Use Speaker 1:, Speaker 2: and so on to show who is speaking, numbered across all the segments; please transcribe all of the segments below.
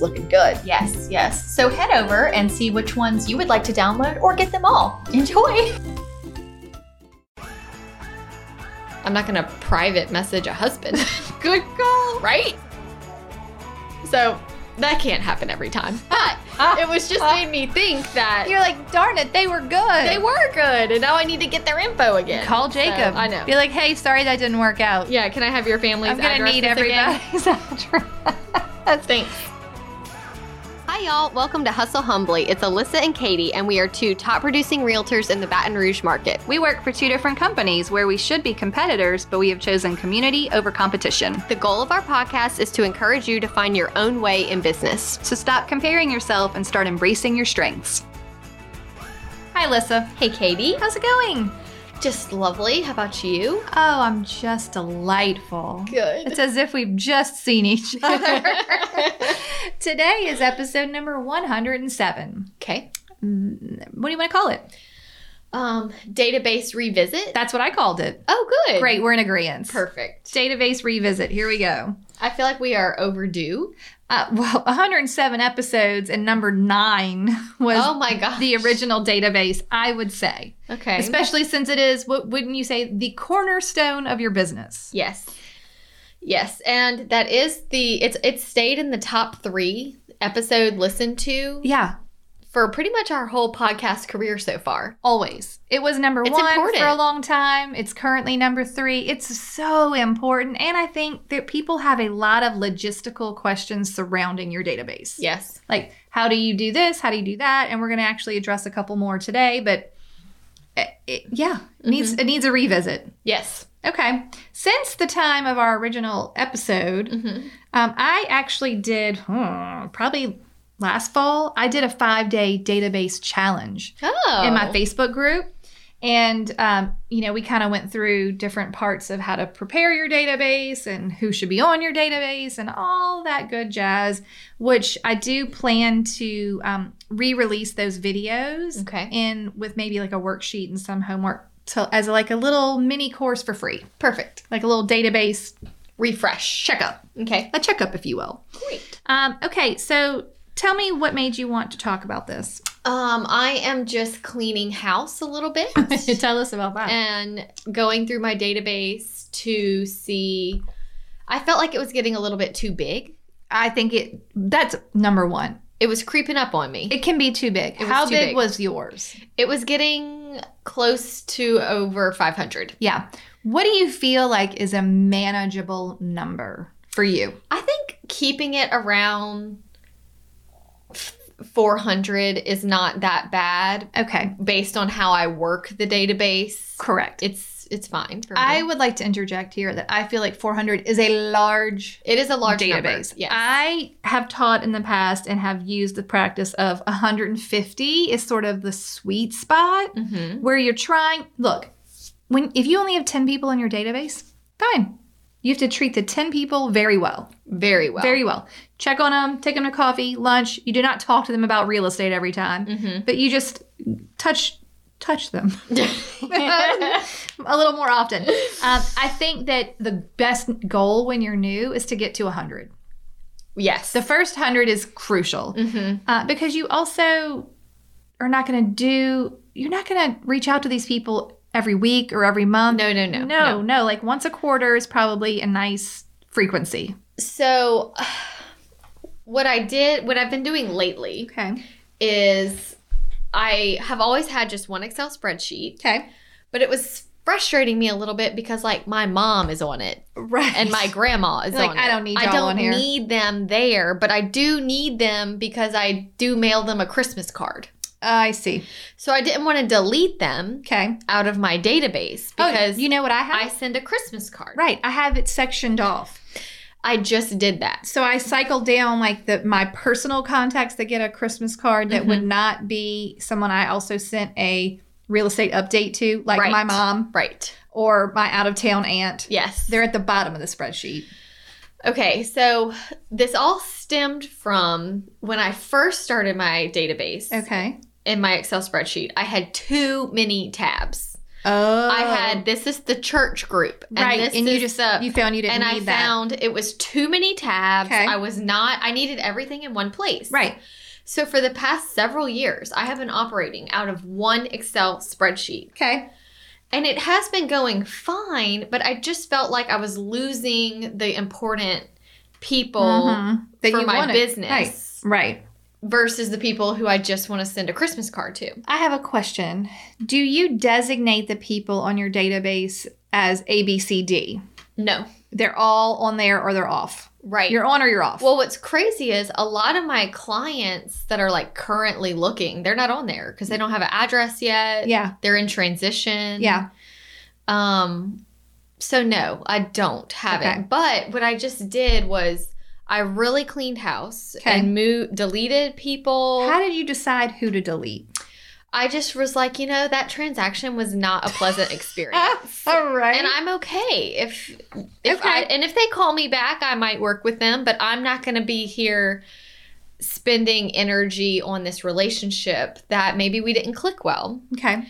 Speaker 1: looking good.
Speaker 2: Yes, yes. So head over and see which ones you would like to download or get them all. Enjoy.
Speaker 3: I'm not going to private message a husband,
Speaker 2: Good call.
Speaker 3: right? So that can't happen every time. But it was just made me think that
Speaker 1: You're like, darn it, they were good.
Speaker 3: they were good, and now I need to get their info again.
Speaker 1: Call
Speaker 3: So,
Speaker 1: Jacob.
Speaker 3: I know.
Speaker 1: Be like, hey, sorry that didn't work out.
Speaker 3: Yeah, can I have your family's
Speaker 1: I'm gonna need
Speaker 3: addresses again?
Speaker 1: everybody's address.
Speaker 3: Thanks. Hi, y'all. Welcome to Hustle Humbly. It's Alyssa and Katie, and we are two top producing realtors in the Baton Rouge market.
Speaker 4: We work for two different companies where we should be competitors, but we have chosen community over competition.
Speaker 3: The goal of our podcast is to encourage you to find your own way in business.
Speaker 4: So stop comparing yourself and start embracing your strengths. Hi, Alyssa.
Speaker 3: Hey, Katie.
Speaker 4: How's it going?
Speaker 3: Just lovely. How about you?
Speaker 4: Oh, I'm just delightful.
Speaker 3: Good.
Speaker 4: It's as if we've just seen each other. Today is episode number 107.
Speaker 3: Okay.
Speaker 4: Mm, What do you want to call it?
Speaker 3: Um, database revisit.
Speaker 4: That's what I called it.
Speaker 3: oh, good.
Speaker 4: Great, we're in agreement.
Speaker 3: Perfect.
Speaker 4: Database revisit. Here we go.
Speaker 3: I feel like we are overdue.
Speaker 4: Uh, well, 107 episodes, and number nine was
Speaker 3: oh my god.
Speaker 4: the original database, I would say.
Speaker 3: Okay.
Speaker 4: Especially since it is, what wouldn't you say, the cornerstone of your business?
Speaker 3: Yes. Yes, and that is the it's it's stayed in the top 3 episode listened to
Speaker 4: Yeah,
Speaker 3: for pretty much our whole podcast career so far.
Speaker 4: always. It was number
Speaker 3: It's
Speaker 4: one
Speaker 3: important.
Speaker 4: for a long time. It's currently number three. It's so important. And I think that people have a lot of logistical questions surrounding your database.
Speaker 3: Yes.
Speaker 4: Like, how do you do this? How do you do that? And we're going to actually address a couple more today, but it, it- yeah, it needs
Speaker 3: Mm-hmm.
Speaker 4: it needs a revisit.
Speaker 3: Yes.
Speaker 4: Okay. Since the time of our original episode,
Speaker 3: Mhm.
Speaker 4: Um, I actually did hmm, probably last fall. I did a five day database challenge
Speaker 3: Oh.
Speaker 4: in my Facebook group, and um, you know we kind of went through different parts of how to prepare your database and who should be on your database and all that good jazz. Which I do plan to um, re release those videos
Speaker 3: Okay.
Speaker 4: in with maybe like a worksheet and some homework to, as like a little mini course for free,
Speaker 3: Perfect.
Speaker 4: like a little database
Speaker 3: Refresh.
Speaker 4: checkup,
Speaker 3: Okay.
Speaker 4: a checkup if you will.
Speaker 3: Great.
Speaker 4: Um, okay, so tell me what made you want to talk about this.
Speaker 3: Um I am just cleaning house a little bit.
Speaker 4: tell us about that.
Speaker 3: and going through my database to see I felt like it was getting a little bit too big.
Speaker 4: I think it that's number one.
Speaker 3: It was creeping up on me.
Speaker 4: It can be too big.
Speaker 3: It was
Speaker 4: How
Speaker 3: too
Speaker 4: big,
Speaker 3: big.
Speaker 4: was yours?
Speaker 3: It was getting close to over 500.
Speaker 4: Yeah. What do you feel like is a manageable number for you?
Speaker 3: I think keeping it around f- 400 is not that bad
Speaker 4: Okay,
Speaker 3: based on how I work the database.
Speaker 4: correct.
Speaker 3: It's it's fine for me.
Speaker 4: I would like to interject here that I feel like 400 is a large
Speaker 3: it is a large
Speaker 4: database.
Speaker 3: Number. Yes.
Speaker 4: I have taught in the past and have used the practice of 150 is sort of the sweet spot.
Speaker 3: Mhm.
Speaker 4: where you're trying look when if you only have 10 people in your database fine you have to treat the 10 people very well
Speaker 3: Very well.
Speaker 4: very well check on them take them to coffee lunch you do not talk to them about real estate every time
Speaker 3: Mhm.
Speaker 4: but you just touch touch them a little more often um, i think that the best goal when you're new is to get to 100
Speaker 3: yes.
Speaker 4: the first 100 is crucial
Speaker 3: Mhm.
Speaker 4: uh, because you also are not going to do you're not going to reach out to these people every week or every month
Speaker 3: No, no, no.
Speaker 4: no, no, like once a quarter is probably a nice frequency
Speaker 3: So what I did, what I've been doing lately
Speaker 4: okay
Speaker 3: is I have always had just one Excel spreadsheet,
Speaker 4: okay
Speaker 3: but it was frustrating me a little bit because like my mom is on it.
Speaker 4: right
Speaker 3: and my grandma is
Speaker 4: Like,
Speaker 3: on
Speaker 4: I
Speaker 3: it.
Speaker 4: don't need
Speaker 3: I
Speaker 4: y'all
Speaker 3: don't
Speaker 4: on here.
Speaker 3: need them there, but I do need them because I do mail them a Christmas card.
Speaker 4: Uh, i see
Speaker 3: So I didn't want to delete them
Speaker 4: okay
Speaker 3: out of my database
Speaker 4: because
Speaker 3: because
Speaker 4: you know what Oh, i have
Speaker 3: I send a Christmas card.
Speaker 4: right i have it sectioned off
Speaker 3: I just did that.
Speaker 4: So I cycled down like the my personal contacts that get a Christmas card that would not be someone I also sent a real estate update to, like
Speaker 3: Right.
Speaker 4: my mom
Speaker 3: Right.
Speaker 4: or my out of town aunt.
Speaker 3: Yes.
Speaker 4: They're at the bottom of the spreadsheet.
Speaker 3: Okay, so this all stemmed from when I first started my database
Speaker 4: Okay.
Speaker 3: in my Excel spreadsheet. I had too many tabs.
Speaker 4: Oh,
Speaker 3: I had this is the church group, and
Speaker 4: right,
Speaker 3: This
Speaker 4: and
Speaker 3: is
Speaker 4: you just
Speaker 3: the,
Speaker 4: you found you didn't
Speaker 3: and I
Speaker 4: need that.
Speaker 3: found it was too many tabs.
Speaker 4: Okay.
Speaker 3: I was not. I needed everything in one place.
Speaker 4: right.
Speaker 3: So for the past several years, I have been operating out of one Excel spreadsheet.
Speaker 4: Okay.
Speaker 3: And it has been going fine, but I just felt like I was losing the important people
Speaker 4: Mhm. That
Speaker 3: for
Speaker 4: you
Speaker 3: my
Speaker 4: wanted.
Speaker 3: business
Speaker 4: Right. Right.
Speaker 3: versus the people who I just want to send a Christmas card to.
Speaker 4: I have a question. Do you designate the people on your database as A, B, C, D?
Speaker 3: No,
Speaker 4: They're all on there or they're off.
Speaker 3: right.
Speaker 4: You're on or you're off.
Speaker 3: well, what's crazy is a lot of my clients that are like currently looking, they're not on there because they don't have an address yet.
Speaker 4: yeah,
Speaker 3: They're in transition.
Speaker 4: yeah.
Speaker 3: Um, so no, I don't have
Speaker 4: Okay.
Speaker 3: it. But what I just did was I really cleaned house
Speaker 4: Okay.
Speaker 3: and moved, deleted people.
Speaker 4: How did you decide who to delete?
Speaker 3: I just was like, you know, that transaction was not a pleasant experience.
Speaker 4: all right.
Speaker 3: And I'm okay if if
Speaker 4: Okay.
Speaker 3: I and if they call me back, I might work with them, but I'm not going to be here spending energy on this relationship that maybe we didn't click well.
Speaker 4: okay.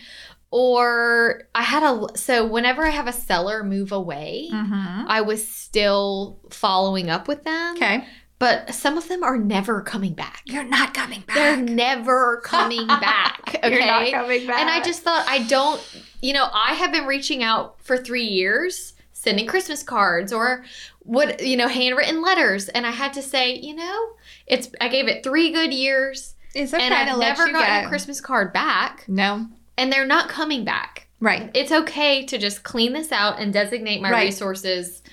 Speaker 3: Or I had a so whenever I have a seller move away,
Speaker 4: Mm-hmm.
Speaker 3: I was still following up with them.
Speaker 4: Okay.
Speaker 3: But some of them are never coming back.
Speaker 4: You're not coming back.
Speaker 3: They're never coming back. Okay.
Speaker 4: You're not coming back.
Speaker 3: And I just thought, I don't, you know, I have been reaching out for three years, sending Christmas cards or what, you know, handwritten letters. And I had to say, you know, it's, I gave it three good years
Speaker 4: it's okay
Speaker 3: and
Speaker 4: to
Speaker 3: I've
Speaker 4: let
Speaker 3: never
Speaker 4: you
Speaker 3: gotten
Speaker 4: go.
Speaker 3: a Christmas card back.
Speaker 4: No.
Speaker 3: And they're not coming back.
Speaker 4: Right.
Speaker 3: It's okay to just clean this out and designate my
Speaker 4: Right.
Speaker 3: resources.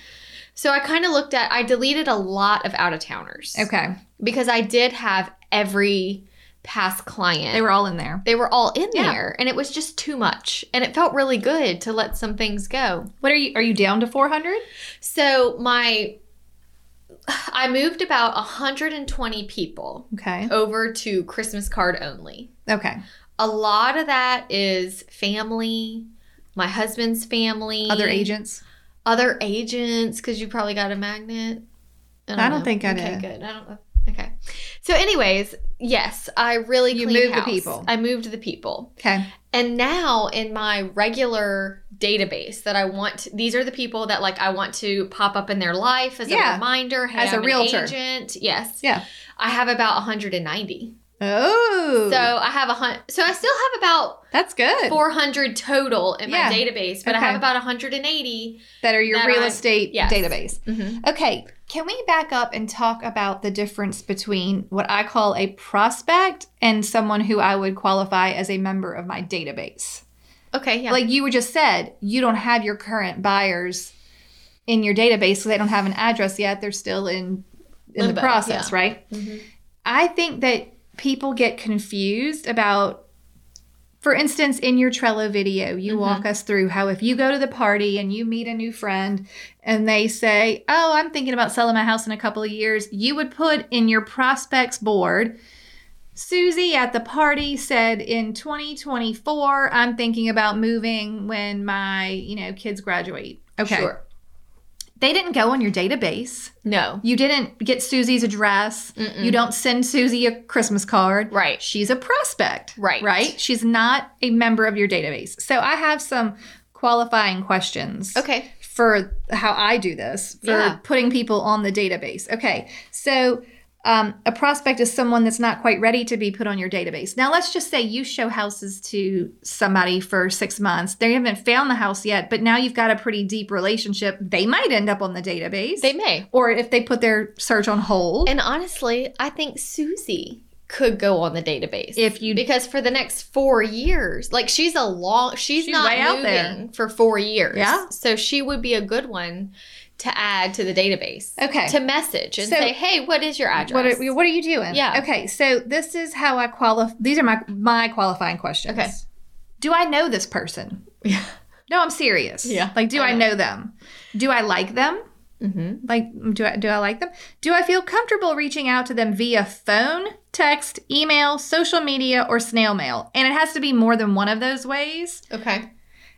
Speaker 3: So I kind of looked at, I deleted a lot of out of towners.
Speaker 4: Okay.
Speaker 3: Because I did have every past client
Speaker 4: They were all in there.
Speaker 3: they were all in
Speaker 4: Yeah.
Speaker 3: there and it was just too much and it felt really good to let some things go
Speaker 4: What are you? Are you down to 400?
Speaker 3: so my i moved about 120 people
Speaker 4: Okay.
Speaker 3: over to christmas card only
Speaker 4: Okay.
Speaker 3: a lot of that is family my husband's family
Speaker 4: Other agents.
Speaker 3: other agents because you probably got a magnet
Speaker 4: I don't think I
Speaker 3: okay,
Speaker 4: did.
Speaker 3: good i don't know okay so anyways yes i really
Speaker 4: You
Speaker 3: cleaned
Speaker 4: moved the
Speaker 3: house.
Speaker 4: people.
Speaker 3: i moved the people
Speaker 4: Okay.
Speaker 3: And now in my regular database that I want, these are the people that like I want to pop up in their life as
Speaker 4: Yeah.
Speaker 3: a reminder. Hey,
Speaker 4: As a
Speaker 3: I'm an
Speaker 4: realtor.
Speaker 3: agent. Yes.
Speaker 4: Yeah.
Speaker 3: I have about 190.
Speaker 4: Oh.
Speaker 3: So I have a hun- So I still have about
Speaker 4: that's good.
Speaker 3: 400 total in
Speaker 4: Yeah.
Speaker 3: my database, but I
Speaker 4: Okay.
Speaker 3: have about 180.
Speaker 4: that are your
Speaker 3: that
Speaker 4: real
Speaker 3: I-
Speaker 4: estate
Speaker 3: yes.
Speaker 4: database.
Speaker 3: Mm-hmm.
Speaker 4: Okay, can we back up and talk about the difference between what I call a prospect and someone who I would qualify as a member of my database?
Speaker 3: Okay. Yeah.
Speaker 4: Like you were just said, you don't have your current buyers in your database, so they don't have an address yet. They're still in in the
Speaker 3: Limbo,
Speaker 4: process, right?
Speaker 3: Mhm.
Speaker 4: I think that people get confused about, for instance, in your Trello video, you walk us through how if you go to the party and you meet a new friend and they say, Oh, I'm thinking about selling my house in a couple of years, you would put in your prospects board, Susie at the party said in 2024, I'm thinking about moving when my, you know, kids graduate. Okay.
Speaker 3: Sure.
Speaker 4: They didn't go on your database.
Speaker 3: No.
Speaker 4: You didn't get Susie's address.
Speaker 3: Mm-mm.
Speaker 4: You don't send Susie a Christmas card.
Speaker 3: Right.
Speaker 4: She's a prospect.
Speaker 3: Right.
Speaker 4: Right? She's not a member of your database. So I have some qualifying questions
Speaker 3: Okay.
Speaker 4: for how I do this for
Speaker 3: Yeah.
Speaker 4: putting people on the database. Okay. So um, a prospect is someone that's not quite ready to be put on your database. Now, let's just say you show houses to somebody for six months. They haven't found the house yet, but now you've got a pretty deep relationship. They might end up on the database
Speaker 3: They may.
Speaker 4: or if they put their search on hold.
Speaker 3: And honestly, I think Susie could go on the database.
Speaker 4: if you
Speaker 3: because for the next four years, like she's a long, she's,
Speaker 4: She's
Speaker 3: not
Speaker 4: way out
Speaker 3: moving
Speaker 4: there.
Speaker 3: for four years.
Speaker 4: Yeah.
Speaker 3: so she would be a good one to add to the database.
Speaker 4: okay,
Speaker 3: to message and
Speaker 4: So-
Speaker 3: say, hey, what is your address?
Speaker 4: what are, what are you doing?
Speaker 3: Yeah.
Speaker 4: Okay, so this is how I qualify. These are my my qualifying questions.
Speaker 3: Okay.
Speaker 4: Do I know this person?
Speaker 3: Yeah.
Speaker 4: No, I'm serious.
Speaker 3: Yeah.
Speaker 4: Like, do I
Speaker 3: I
Speaker 4: know them? Do I like them?
Speaker 3: Mm-hmm.
Speaker 4: Like, do I, do I like them? Do I feel comfortable reaching out to them via phone, text, email, social media, or snail mail? And it has to be more than one of those ways.
Speaker 3: Okay.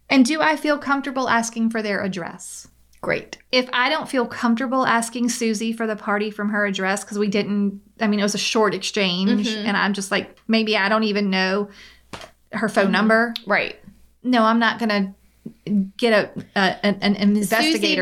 Speaker 4: And do I feel comfortable asking for their address?
Speaker 3: Great.
Speaker 4: If I don't feel comfortable asking Susie for the party from her address, because we didn't, I mean, it was a short exchange,
Speaker 3: Mhm.
Speaker 4: and I'm just like, maybe I don't even know her
Speaker 3: Mm-hmm.
Speaker 4: phone number.
Speaker 3: Right.
Speaker 4: No, I'm not going to get a, a an, an investigator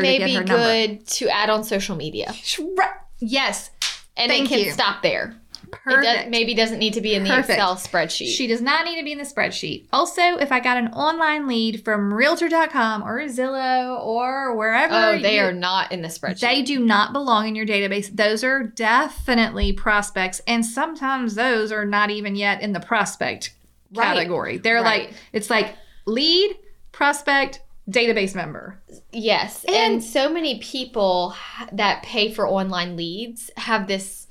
Speaker 3: Susie may
Speaker 4: to get
Speaker 3: be
Speaker 4: her number.
Speaker 3: good to add on social media.
Speaker 4: Sh- right.
Speaker 3: Yes. And
Speaker 4: Thank
Speaker 3: it can
Speaker 4: you.
Speaker 3: stop there.
Speaker 4: Perfect.
Speaker 3: It does, maybe doesn't need to be in the
Speaker 4: Perfect.
Speaker 3: Excel spreadsheet.
Speaker 4: She does not need to be in the spreadsheet. Also, if I got an online lead from realtor.com or Zillow or wherever
Speaker 3: oh, they
Speaker 4: you-
Speaker 3: are not in the spreadsheet.
Speaker 4: they do not belong in your database. Those are definitely prospects and sometimes those are not even yet in the prospect
Speaker 3: Right.
Speaker 4: category. They're
Speaker 3: Right.
Speaker 4: like it's like lead, prospect, database member.
Speaker 3: yes. And,
Speaker 4: And-
Speaker 3: so many people h- that pay for online leads have this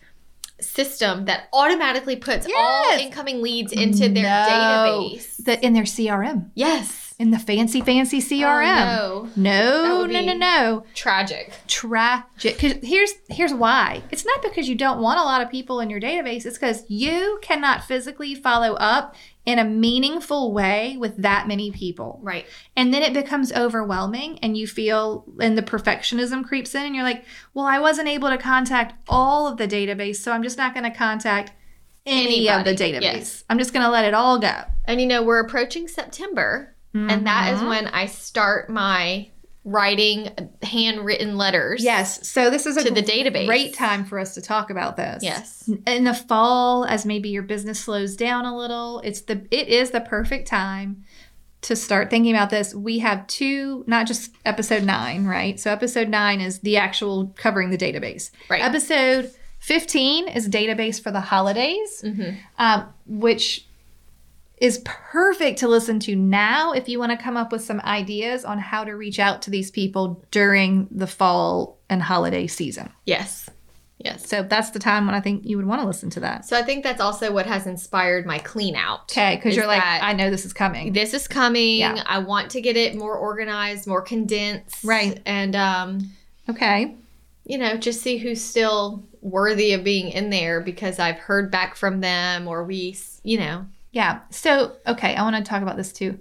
Speaker 3: system that automatically puts all
Speaker 4: Yes.
Speaker 3: incoming leads into their
Speaker 4: No.
Speaker 3: database.
Speaker 4: The in their CRM,
Speaker 3: yes.
Speaker 4: in the fancy fancy CRM.
Speaker 3: Oh, That
Speaker 4: no,
Speaker 3: would
Speaker 4: no, no,
Speaker 3: be-
Speaker 4: no.
Speaker 3: no. Tragic.
Speaker 4: tragic. 'Cause here's here's why. It's not because you don't want a lot of people in your database. It's because you cannot physically follow up in a meaningful way with that many people,
Speaker 3: Right.
Speaker 4: and then it becomes overwhelming, and you feel and the perfectionism creeps in, and you're like, well, I wasn't able to contact all of the database, so I'm just not going to contact any of the
Speaker 3: Anybody,
Speaker 4: database.
Speaker 3: yes.
Speaker 4: I'm just going to let it all go.
Speaker 3: And you know, we're approaching September, and that is
Speaker 4: Mhm.
Speaker 3: when I start my writing handwritten letters.
Speaker 4: yes. So this is a
Speaker 3: To the database.
Speaker 4: Great time for us to talk about this.
Speaker 3: Yes.
Speaker 4: in the fall as maybe your business slows down a little it's the it is the perfect time to start thinking about this we have two not just episode 9 right so episode 9 is the actual covering the database
Speaker 3: Right.
Speaker 4: episode 15 is database for the holidays
Speaker 3: Mhm.
Speaker 4: um, which is perfect to listen to now if you want to come up with some ideas on how to reach out to these people during the fall and holiday season
Speaker 3: Yes. Yes.
Speaker 4: so that's the time when i think you would want to listen to that
Speaker 3: So I think that's also what has inspired my clean out.
Speaker 4: Okay, because
Speaker 3: is
Speaker 4: you're like,
Speaker 3: that-
Speaker 4: I know this is coming.
Speaker 3: This is coming.
Speaker 4: Yeah.
Speaker 3: I want to get it more organized, more condensed.
Speaker 4: Right.
Speaker 3: And um,
Speaker 4: Okay.
Speaker 3: you know, just see who's still worthy of being in there because I've heard back from them or we, s- you know.
Speaker 4: Yeah. So, okay, I want to talk about this too.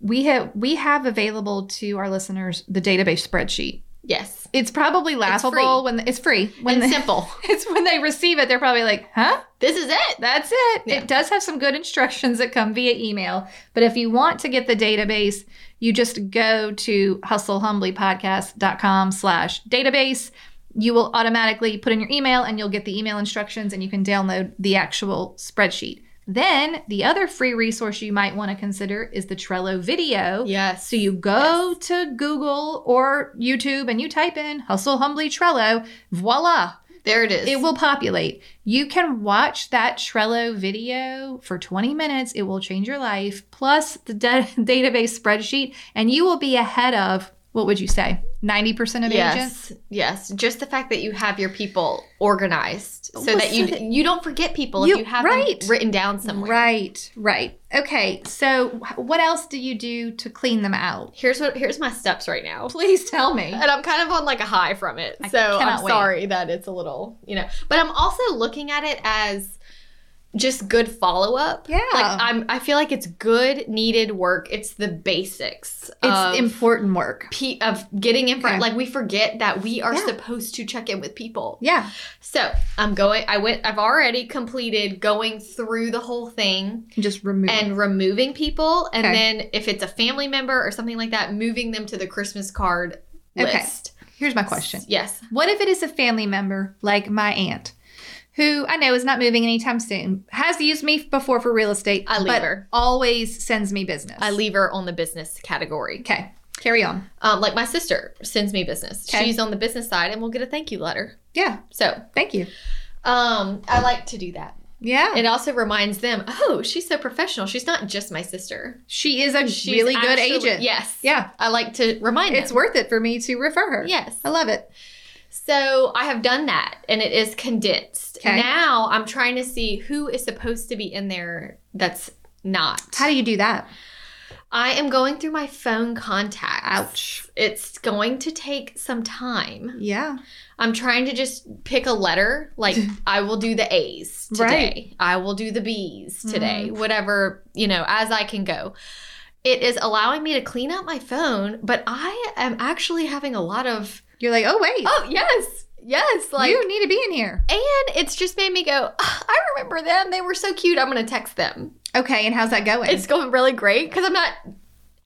Speaker 4: We have we have available to our listeners the database spreadsheet.
Speaker 3: Yes.
Speaker 4: It's probably laughable
Speaker 3: free.
Speaker 4: when the, it's free. When
Speaker 3: And
Speaker 4: they,
Speaker 3: simple.
Speaker 4: it's when they receive it, they're probably like, "Huh?
Speaker 3: This is it.
Speaker 4: That's it."
Speaker 3: Yeah.
Speaker 4: It does have some good instructions that come via email, but if you want to get the database, you just go to hustlehumblypodcast.com/database. slash database. you will automatically put in your email and you'll get the email instructions and you can download the actual spreadsheet. Then the other free resource you might want to consider is the Trello video.
Speaker 3: Yes.
Speaker 4: So you go to Google or YouTube and you type in Hustle Humbly Trello, voila,
Speaker 3: There it is.
Speaker 4: it will populate. You can watch that Trello video for 20 minutes. It will change your life, plus the da- database spreadsheet, and you will be ahead of what would you say? 90% of
Speaker 3: yes,
Speaker 4: agents?
Speaker 3: Yes, just the fact that you have your people organized so
Speaker 4: Well,
Speaker 3: that you
Speaker 4: so that-
Speaker 3: you don't forget people
Speaker 4: You-
Speaker 3: if you have
Speaker 4: right.
Speaker 3: them written down somewhere.
Speaker 4: Right, right. Okay, so wh- what else do you do to clean them out?
Speaker 3: Here's what here's my steps right now.
Speaker 4: Please tell me.
Speaker 3: And I'm kind of on like a high from it.
Speaker 4: I
Speaker 3: so
Speaker 4: cannot
Speaker 3: I'm
Speaker 4: wait.
Speaker 3: sorry that it's a little, you know. But I'm also looking at it as just good follow up.
Speaker 4: Yeah.
Speaker 3: Like I'm I feel like it's good needed work. It's the basics.
Speaker 4: It's
Speaker 3: of,
Speaker 4: important work.
Speaker 3: pe- of getting in front
Speaker 4: Okay.
Speaker 3: like we forget that we are
Speaker 4: Yeah.
Speaker 3: supposed to check in with people.
Speaker 4: Yeah.
Speaker 3: So I'm going. I went. I've already completed going through the whole thing
Speaker 4: Just remove. it.
Speaker 3: and removing people, and
Speaker 4: Okay.
Speaker 3: then if it's a family member or something like that, moving them to the Christmas card
Speaker 4: Okay.
Speaker 3: list.
Speaker 4: here's my question.
Speaker 3: Yes.
Speaker 4: What if it is a family member like my aunt, who I know is not moving anytime soon, has used me before for real estate,
Speaker 3: I leave
Speaker 4: but
Speaker 3: her.
Speaker 4: always sends me business.
Speaker 3: I leave her on the business category.
Speaker 4: Okay, carry on.
Speaker 3: Um, like my sister sends me business.
Speaker 4: Okay.
Speaker 3: She's on the business side, and we'll get a thank you letter.
Speaker 4: Yeah,
Speaker 3: So
Speaker 4: thank you.
Speaker 3: um, I like to do that.
Speaker 4: Yeah,
Speaker 3: It also reminds them, oh, she's so professional. She's not just my sister.
Speaker 4: she is a
Speaker 3: She's
Speaker 4: really good
Speaker 3: actually-
Speaker 4: agent.
Speaker 3: Yes.
Speaker 4: yeah,
Speaker 3: I like to remind
Speaker 4: it's
Speaker 3: them.
Speaker 4: worth it for me to refer her.
Speaker 3: Yes.
Speaker 4: I love it.
Speaker 3: So I have done that and it is condensed.
Speaker 4: Okay.
Speaker 3: Now I'm trying to see who is supposed to be in there that's not.
Speaker 4: How do you do that?
Speaker 3: I am going through my phone contacts.
Speaker 4: Ouch.
Speaker 3: It's going to take some time.
Speaker 4: Yeah.
Speaker 3: I'm trying to just pick a letter. Like I will do the A's today. I will do the B's today. Whatever, you know, as I can go. It is allowing me to clean up my phone, but I am actually having a lot of
Speaker 4: You're like, oh wait,
Speaker 3: Oh, yes. Yes, like
Speaker 4: you need to be in here.
Speaker 3: and it's just made me go, "Ah, I remember them. They were so cute. I'm going to text them.
Speaker 4: Okay, and how's that going?
Speaker 3: It's going really great because I'm not
Speaker 4: I'm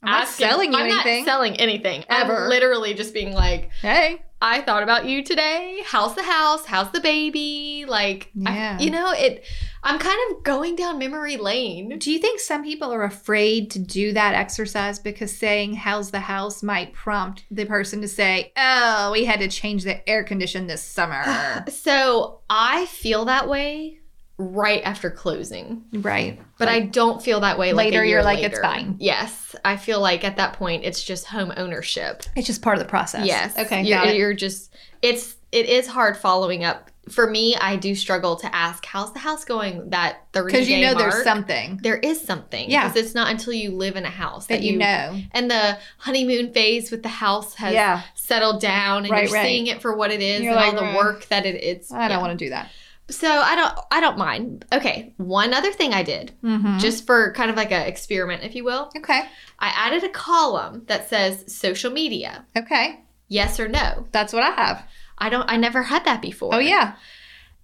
Speaker 4: not
Speaker 3: asking-
Speaker 4: selling you
Speaker 3: I'm
Speaker 4: anything.
Speaker 3: not selling anything.
Speaker 4: Ever.
Speaker 3: I'm literally just being like,
Speaker 4: hey.
Speaker 3: I thought about you today. How's the house? How's the baby? Like, I-
Speaker 4: Yeah.
Speaker 3: you know, it. I'm kind of going down memory lane.
Speaker 4: Do you think some people are afraid to do that exercise because saying how's the house might prompt the person to say, "Oh, we had to change the air condition this summer."
Speaker 3: So I feel that way right after closing,
Speaker 4: right.
Speaker 3: but I don't feel that way like
Speaker 4: Later,
Speaker 3: A year
Speaker 4: you're like, it's
Speaker 3: later.
Speaker 4: fine.
Speaker 3: Yes, I feel like at that point it's just home ownership.
Speaker 4: It's just part of the process.
Speaker 3: Yes.
Speaker 4: Okay.
Speaker 3: You're,
Speaker 4: got it.
Speaker 3: you're just it's it is hard following up. For me, I do struggle to ask how's the house going that 30
Speaker 4: Because you
Speaker 3: day
Speaker 4: know
Speaker 3: mark?
Speaker 4: there's something
Speaker 3: there is something.
Speaker 4: Yeah.
Speaker 3: Because it's not until you live in a house
Speaker 4: that you, know.
Speaker 3: And the honeymoon phase with the house has
Speaker 4: yeah.
Speaker 3: settled down and
Speaker 4: Right,
Speaker 3: you're
Speaker 4: right.
Speaker 3: seeing it for what it is
Speaker 4: You're
Speaker 3: and
Speaker 4: like,
Speaker 3: all the
Speaker 4: "Ugh,
Speaker 3: work that it, it's
Speaker 4: I don't
Speaker 3: yeah.
Speaker 4: want to do that.
Speaker 3: So I don't I don't mind. Okay. One other thing I did,
Speaker 4: Mm-hmm.
Speaker 3: just for kind of like an experiment, if you will.
Speaker 4: okay.
Speaker 3: I added a column that says social media,
Speaker 4: Okay.
Speaker 3: yes or no.
Speaker 4: That's what I have.
Speaker 3: I don't I never had that before.
Speaker 4: Oh yeah.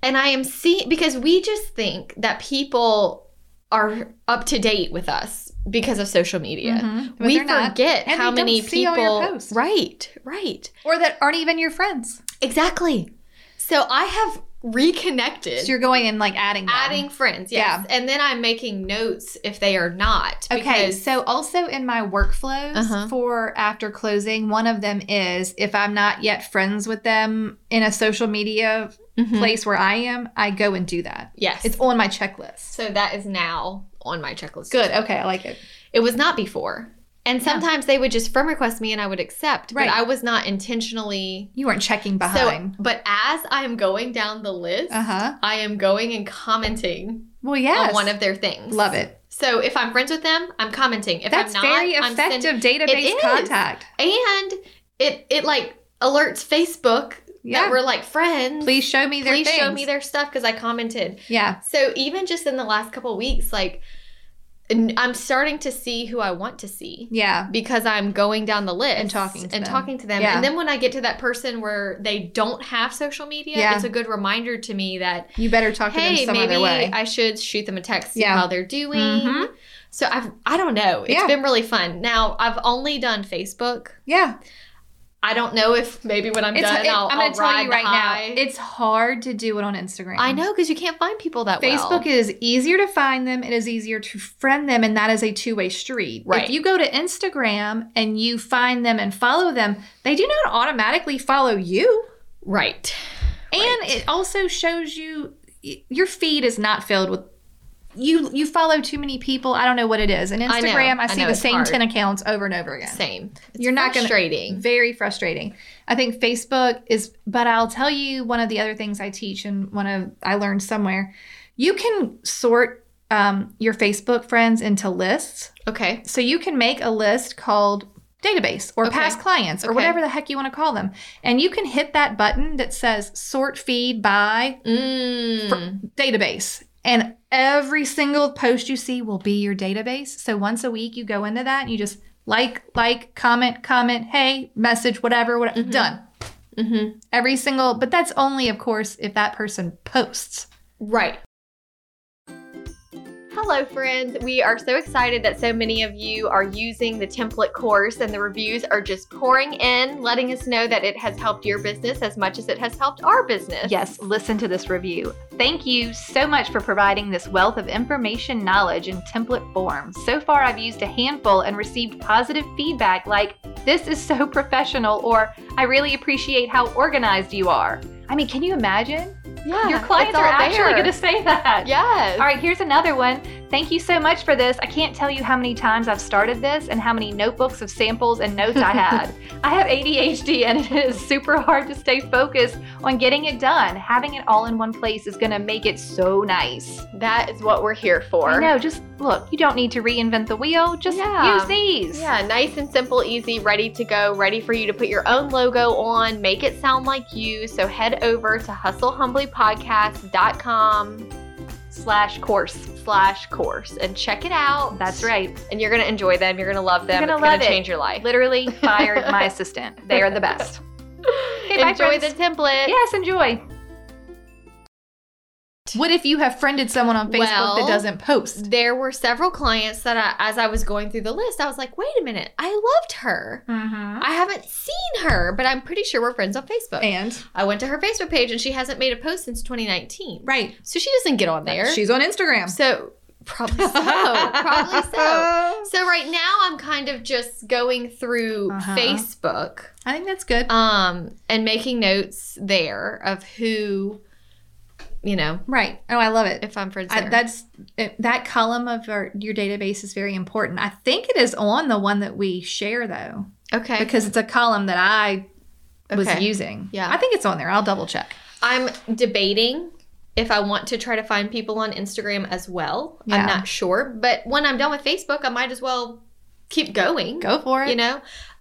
Speaker 3: And I am seeing because we just think that people are up to date with us because of social media.
Speaker 4: Mhm. But
Speaker 3: We
Speaker 4: they're not.
Speaker 3: forget
Speaker 4: And
Speaker 3: how
Speaker 4: they don't
Speaker 3: many
Speaker 4: see all
Speaker 3: people.
Speaker 4: your posts.
Speaker 3: Right, right.
Speaker 4: or that aren't even your friends.
Speaker 3: Exactly. So I have reconnected.
Speaker 4: So you're going and like adding them.
Speaker 3: adding friends, yes. And then I'm making notes if they are not.
Speaker 4: Okay,
Speaker 3: because-
Speaker 4: so also in my workflows
Speaker 3: Uh-huh.
Speaker 4: for after closing, one of them is if I'm not yet friends with them in a social media
Speaker 3: Mhm.
Speaker 4: place where I am, I go and do that.
Speaker 3: Yes.
Speaker 4: Mm-hmm. It's on my checklist.
Speaker 3: so that is now on my checklist.
Speaker 4: Good. Okay, I like it.
Speaker 3: It was not before. And sometimes they would just friend request me and I would accept,
Speaker 4: Right.
Speaker 3: but I was not intentionally
Speaker 4: You weren't checking behind.
Speaker 3: So, but as I'm going down the list,
Speaker 4: uh huh.
Speaker 3: I am going and commenting
Speaker 4: Well, yes.
Speaker 3: on one of their things.
Speaker 4: Love it.
Speaker 3: So if I'm friends with them, I'm commenting. If
Speaker 4: That's
Speaker 3: I'm not,
Speaker 4: very
Speaker 3: I'm
Speaker 4: effective
Speaker 3: send-
Speaker 4: database
Speaker 3: is.
Speaker 4: contact.
Speaker 3: and it it like alerts Facebook
Speaker 4: Yeah.
Speaker 3: that we're like friends.
Speaker 4: Please show me their
Speaker 3: Please
Speaker 4: things.
Speaker 3: show me their stuff because I commented.
Speaker 4: yeah.
Speaker 3: So even just in the last couple weeks, like n- I'm starting to see who I want to see
Speaker 4: Yeah.
Speaker 3: because I'm going down the list
Speaker 4: And talking to
Speaker 3: and
Speaker 4: them.
Speaker 3: talking to them.
Speaker 4: Yeah.
Speaker 3: And then when I get to that person where they don't have social media,
Speaker 4: Yeah.
Speaker 3: it's a good reminder to me that
Speaker 4: You better talk to
Speaker 3: hey,
Speaker 4: them some
Speaker 3: maybe
Speaker 4: other way.
Speaker 3: I should shoot them a text, see
Speaker 4: Yeah.
Speaker 3: how they're doing.
Speaker 4: Mhm.
Speaker 3: So I've I don't know. It's
Speaker 4: Yeah.
Speaker 3: been really fun. Now I've only done Facebook.
Speaker 4: yeah. I
Speaker 3: I don't know if maybe when I'm done, I'll,
Speaker 4: am
Speaker 3: i
Speaker 4: gonna tell you right now,
Speaker 3: It's,
Speaker 4: it's hard to do it on Instagram.
Speaker 3: I know because you can't find people that well.
Speaker 4: Facebook is easier to find them. It is easier to friend them, and that is a two way street.
Speaker 3: Right.
Speaker 4: If you go to Instagram and you find them and follow them, they do not automatically follow you.
Speaker 3: right.
Speaker 4: And it also shows you y- your feed is not filled with you. You follow too many people. I don't know what it is. And
Speaker 3: I know.
Speaker 4: Instagram, I,
Speaker 3: I
Speaker 4: see
Speaker 3: know,
Speaker 4: the
Speaker 3: it's
Speaker 4: same
Speaker 3: hard.
Speaker 4: ten accounts over and over again.
Speaker 3: Same. It's
Speaker 4: You're not gonna-
Speaker 3: frustrating.
Speaker 4: Very frustrating. I think Facebook is, but I'll tell you one of the other things I teach and one of I learned somewhere. You can sort um, your Facebook friends into lists.
Speaker 3: okay.
Speaker 4: So you can make a list called database or
Speaker 3: Okay.
Speaker 4: past clients or
Speaker 3: Okay.
Speaker 4: whatever the heck you want to call them. And you can hit that button that says sort feed by
Speaker 3: Mm.
Speaker 4: database. And every single post you see will be your database. So once a week, you go into that and you just like, like, comment, comment, hey, message, whatever, whatever.
Speaker 1: Mm-hmm.
Speaker 4: Done.
Speaker 3: Mhm.
Speaker 4: Every single, but that's only, of course, if that person posts.
Speaker 3: Right. Hello, friends. We are so excited that so many of you are using the template course, and the reviews are just pouring in, letting us know that it has helped your business as much as it has helped our business.
Speaker 1: Yes, listen to this review. Thank you so much for providing this wealth of information, knowledge, in template form. So far, I've used a handful and received positive feedback like, This is so professional, or I really appreciate how organized you are. I mean, can you imagine?
Speaker 3: Yeah.
Speaker 1: Your clients
Speaker 3: it's
Speaker 1: are
Speaker 3: all
Speaker 1: actually
Speaker 3: there.
Speaker 1: going to say that.
Speaker 3: Yes.
Speaker 1: All right, here's another one. Thank you so much for this. I can't tell you how many times I've started this and how many notebooks of samples and notes I had. I have ADHD and it is super hard to stay focused on getting it done. Having it all in one place is going to make it so nice.
Speaker 3: That is what we're here for.
Speaker 1: I know, just look, you don't need to reinvent the wheel. Just
Speaker 3: Yeah.
Speaker 1: use these.
Speaker 3: Yeah, nice and simple, easy, ready to go, ready for you to put your own logo on, make it sound like you. So head over to hustlehumblypodcast.com
Speaker 1: Slash course.
Speaker 3: slash course and check it out.
Speaker 1: That's right.
Speaker 3: And you're gonna enjoy them. You're gonna love them.
Speaker 1: You're gonna
Speaker 3: it's
Speaker 1: love
Speaker 3: gonna
Speaker 1: it.
Speaker 3: change your life.
Speaker 1: Literally fired my assistant. They are the best. Okay, bye,
Speaker 3: enjoy
Speaker 1: friends.
Speaker 3: the template.
Speaker 1: Yes, enjoy.
Speaker 4: What if you have friended someone on Facebook
Speaker 3: Well,
Speaker 4: that doesn't post?
Speaker 3: There were several clients that I, as I was going through the list, I was like, wait a minute, I loved her.
Speaker 4: Mm-hmm.
Speaker 3: I haven't seen her, but I'm pretty sure we're friends on Facebook.
Speaker 4: And
Speaker 3: I went to her Facebook page and she hasn't made a post since 2019.
Speaker 4: right,
Speaker 3: So she doesn't get on there.
Speaker 4: she's on Instagram.
Speaker 3: So probably so. probably so. So right now I'm kind of just going through
Speaker 4: Uh-huh.
Speaker 3: Facebook
Speaker 4: I think that's good.
Speaker 3: um and making notes there of who you know,
Speaker 4: right. Oh, I love it.
Speaker 3: if I'm friends
Speaker 4: I,
Speaker 3: there.
Speaker 4: that's it, that column of our, your database is very important. I think it is on the one that we share though,
Speaker 3: okay.
Speaker 4: because it's a column that I was
Speaker 3: Okay.
Speaker 4: using.
Speaker 3: Yeah.
Speaker 4: I think it's on there. I'll double check.
Speaker 3: I'm debating if I want to try to find people on Instagram as well.
Speaker 4: Yeah.
Speaker 3: I'm not sure, but when I'm done with Facebook, I might as well keep going.
Speaker 4: Go for it.
Speaker 3: you know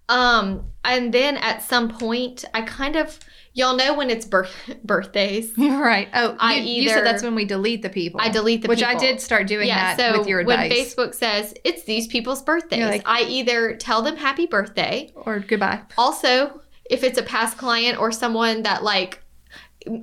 Speaker 3: um and then at some point i kind of y'all know when it's birth birthdays
Speaker 4: right. Oh,
Speaker 3: I
Speaker 4: you, you said
Speaker 3: either-
Speaker 4: that's when we delete the people.
Speaker 3: i delete the
Speaker 4: which I
Speaker 3: people.
Speaker 4: did start doing
Speaker 3: yeah
Speaker 4: that
Speaker 3: so
Speaker 4: with your
Speaker 3: when
Speaker 4: advice
Speaker 3: facebook says it's these people's birthdays
Speaker 4: You're like-
Speaker 3: i either tell them happy birthday
Speaker 4: or goodbye.
Speaker 3: also if it's a past client or someone that like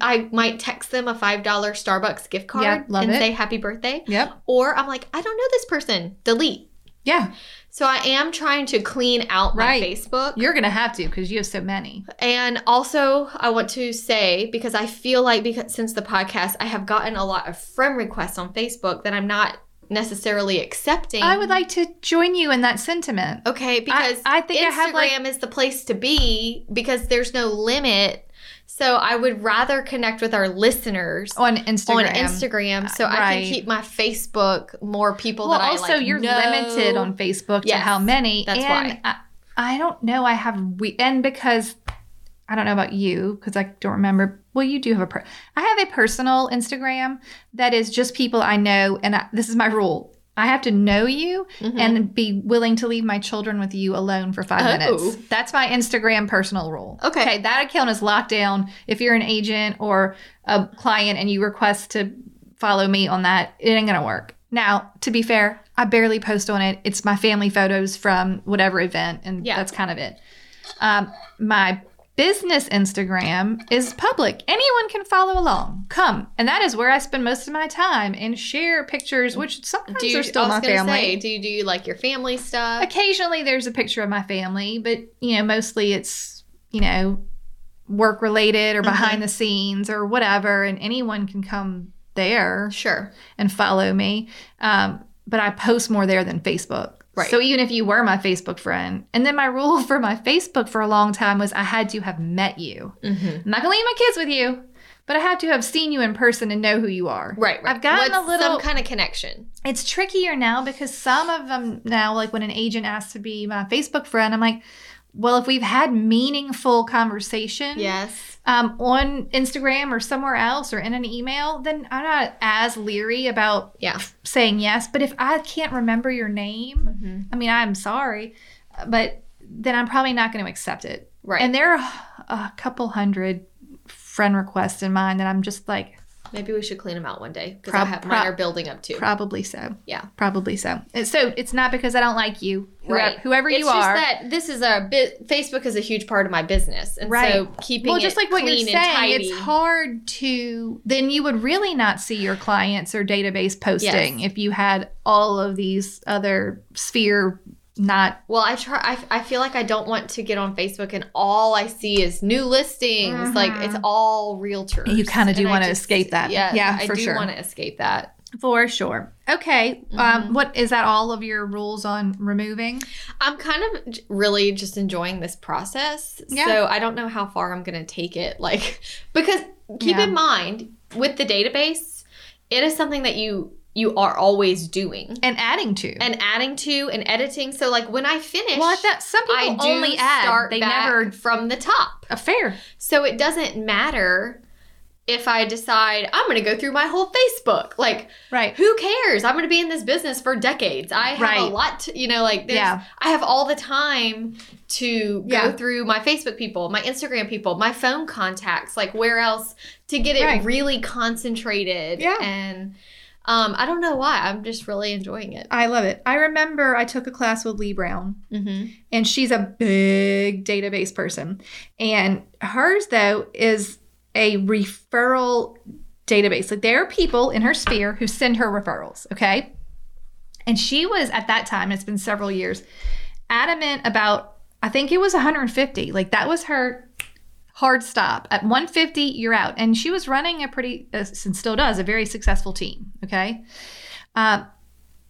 Speaker 3: I might text them a $5 Starbucks gift card
Speaker 4: Yeah, love
Speaker 3: and
Speaker 4: it.
Speaker 3: say happy birthday.
Speaker 4: Yep.
Speaker 3: Or I'm like, I don't know this person. Delete.
Speaker 4: Yeah,
Speaker 3: So I am trying to clean out my
Speaker 4: Right.
Speaker 3: Facebook.
Speaker 4: you're gonna have to because you have so many.
Speaker 3: And also, I want to say because I feel like because since the podcast, I have gotten a lot of friend requests on Facebook that I'm not necessarily accepting.
Speaker 4: I would like to join you in that sentiment.
Speaker 3: okay because
Speaker 4: I, I think
Speaker 3: Instagram
Speaker 4: I have like
Speaker 3: is the place to be because there's no limit. So I would rather connect with our listeners.
Speaker 4: on Instagram.
Speaker 3: Oh, On Instagram, so I
Speaker 4: Right.
Speaker 3: can keep my Facebook more people
Speaker 4: Well,
Speaker 3: that I
Speaker 4: also
Speaker 3: like,
Speaker 4: you're
Speaker 3: know.
Speaker 4: limited on Facebook to
Speaker 3: Yes,
Speaker 4: how many.
Speaker 3: that's
Speaker 4: and
Speaker 3: why.
Speaker 4: I, I don't know. I have we and because I don't know about you because I don't remember. Well, you do have a per- I have a personal Instagram that is just people I know, and I, this is my rule. I have to know you
Speaker 3: Mhm.
Speaker 4: and be willing to leave my children with you alone for five
Speaker 3: Oh.
Speaker 4: minutes. That's my Instagram personal rule.
Speaker 3: Okay.
Speaker 4: Okay, that account is locked down. If you're an agent or a client and you request to follow me on that, it ain't gonna work. Now, to be fair, I barely post on it. It's my family photos from whatever event, and
Speaker 3: Yeah.
Speaker 4: that's kind of it. Um, my business Instagram is public. Anyone can follow along. Come, and that is where I spend most of my time and share pictures, which sometimes
Speaker 3: do you,
Speaker 4: are still
Speaker 3: I was
Speaker 4: oh, my
Speaker 3: gonna
Speaker 4: family.
Speaker 3: Say, do you do like your family stuff?
Speaker 4: Occasionally, there's a picture of my family, but you know, mostly it's you know work related or behind the scenes or whatever, and anyone can come there
Speaker 3: Sure.
Speaker 4: and follow me. Um, but I post more there than Facebook.
Speaker 3: Right.
Speaker 4: So even if you were my Facebook friend, and then my rule for my Facebook for a long time was I had to have met you.
Speaker 3: Mm-hmm.
Speaker 4: I'm not gonna leave my kids with you, but I have to have seen you in person and know who you are.
Speaker 3: Right, right.
Speaker 4: I've gotten
Speaker 3: What's
Speaker 4: a
Speaker 3: some
Speaker 4: little
Speaker 3: kind of connection.
Speaker 4: it's trickier now because some of them now, like when an agent asks to be my Facebook friend, I'm like, well, if we've had meaningful conversation
Speaker 3: Yes.
Speaker 4: um, on Instagram or somewhere else or in an email, then I'm not as leery about
Speaker 3: Yeah.
Speaker 4: saying yes. But if I can't remember your name,
Speaker 3: Mm-hmm.
Speaker 4: I mean, I'm sorry, but then I'm probably not going to accept it.
Speaker 3: Right.
Speaker 4: And there are a couple hundred friend requests in mine that I'm just like,
Speaker 3: Maybe we should clean them out one day because I
Speaker 4: Prob-
Speaker 3: have
Speaker 4: prob-
Speaker 3: mine are building up too.
Speaker 4: Probably so.
Speaker 3: Yeah.
Speaker 4: Probably so. And So it's not because I don't like you, whoever,
Speaker 3: Right.
Speaker 4: whoever
Speaker 3: it's
Speaker 4: you
Speaker 3: just
Speaker 4: are.
Speaker 3: that this is a bit. Facebook is a huge part of my business, and so
Speaker 4: Right.
Speaker 3: keeping
Speaker 4: well, just
Speaker 3: it
Speaker 4: like what you're
Speaker 3: clean
Speaker 4: saying,
Speaker 3: and tidy.
Speaker 4: it's hard to. Then you would really not see your clients or database posting if you had all of these other sphere not.
Speaker 3: Well, I try. I, I feel like I don't want to get on Facebook and all I see is new listings. Like
Speaker 4: Mhm.
Speaker 3: it's all realtors.
Speaker 4: You kinda do
Speaker 3: And I
Speaker 4: wanna
Speaker 3: just-
Speaker 4: escape that.
Speaker 3: Yeah,
Speaker 4: Yeah,
Speaker 3: I
Speaker 4: for
Speaker 3: do
Speaker 4: sure.
Speaker 3: want to escape that.
Speaker 4: For sure. Okay.
Speaker 3: Mhm.
Speaker 4: Um, what is that? All of your rules on removing?
Speaker 3: I'm kind of j- really just enjoying this process.
Speaker 4: Yeah.
Speaker 3: So I don't know how far I'm going to take it. Like, because keep
Speaker 4: Yeah.
Speaker 3: in mind with the database, it is something that you you are always doing
Speaker 4: and adding to.
Speaker 3: and adding to and editing. So like when I finish,
Speaker 4: well, that some people
Speaker 3: I do
Speaker 4: only add.
Speaker 3: start
Speaker 4: they
Speaker 3: back
Speaker 4: never
Speaker 3: from the top.
Speaker 4: a fair.
Speaker 3: So it doesn't matter if I decide I'm going to go through my whole Facebook. Like
Speaker 4: Right.
Speaker 3: who cares? I'm going to be in this business for decades. I have a
Speaker 4: Right.
Speaker 3: lot, to, you know, like there's,
Speaker 4: Yeah.
Speaker 3: I have all the time to
Speaker 4: Yeah.
Speaker 3: go through my Facebook people, my Instagram people, my phone contacts, like where else to get it
Speaker 4: Right.
Speaker 3: really concentrated.
Speaker 4: Yeah.
Speaker 3: And um, I don't know why. I'm just really enjoying it.
Speaker 4: I love it. I remember I took a class with Lee Brown
Speaker 3: Mm-hmm.
Speaker 4: and she's a big database person. And hers, though, is a referral database. Like there are people in her sphere who send her referrals, okay? And she was at that time, it's been several years, adamant about, I think it was 150. Like that was her hard stop. At 150, you're out. And she was running a pretty, uh, and still does, a very successful team, okay? Um,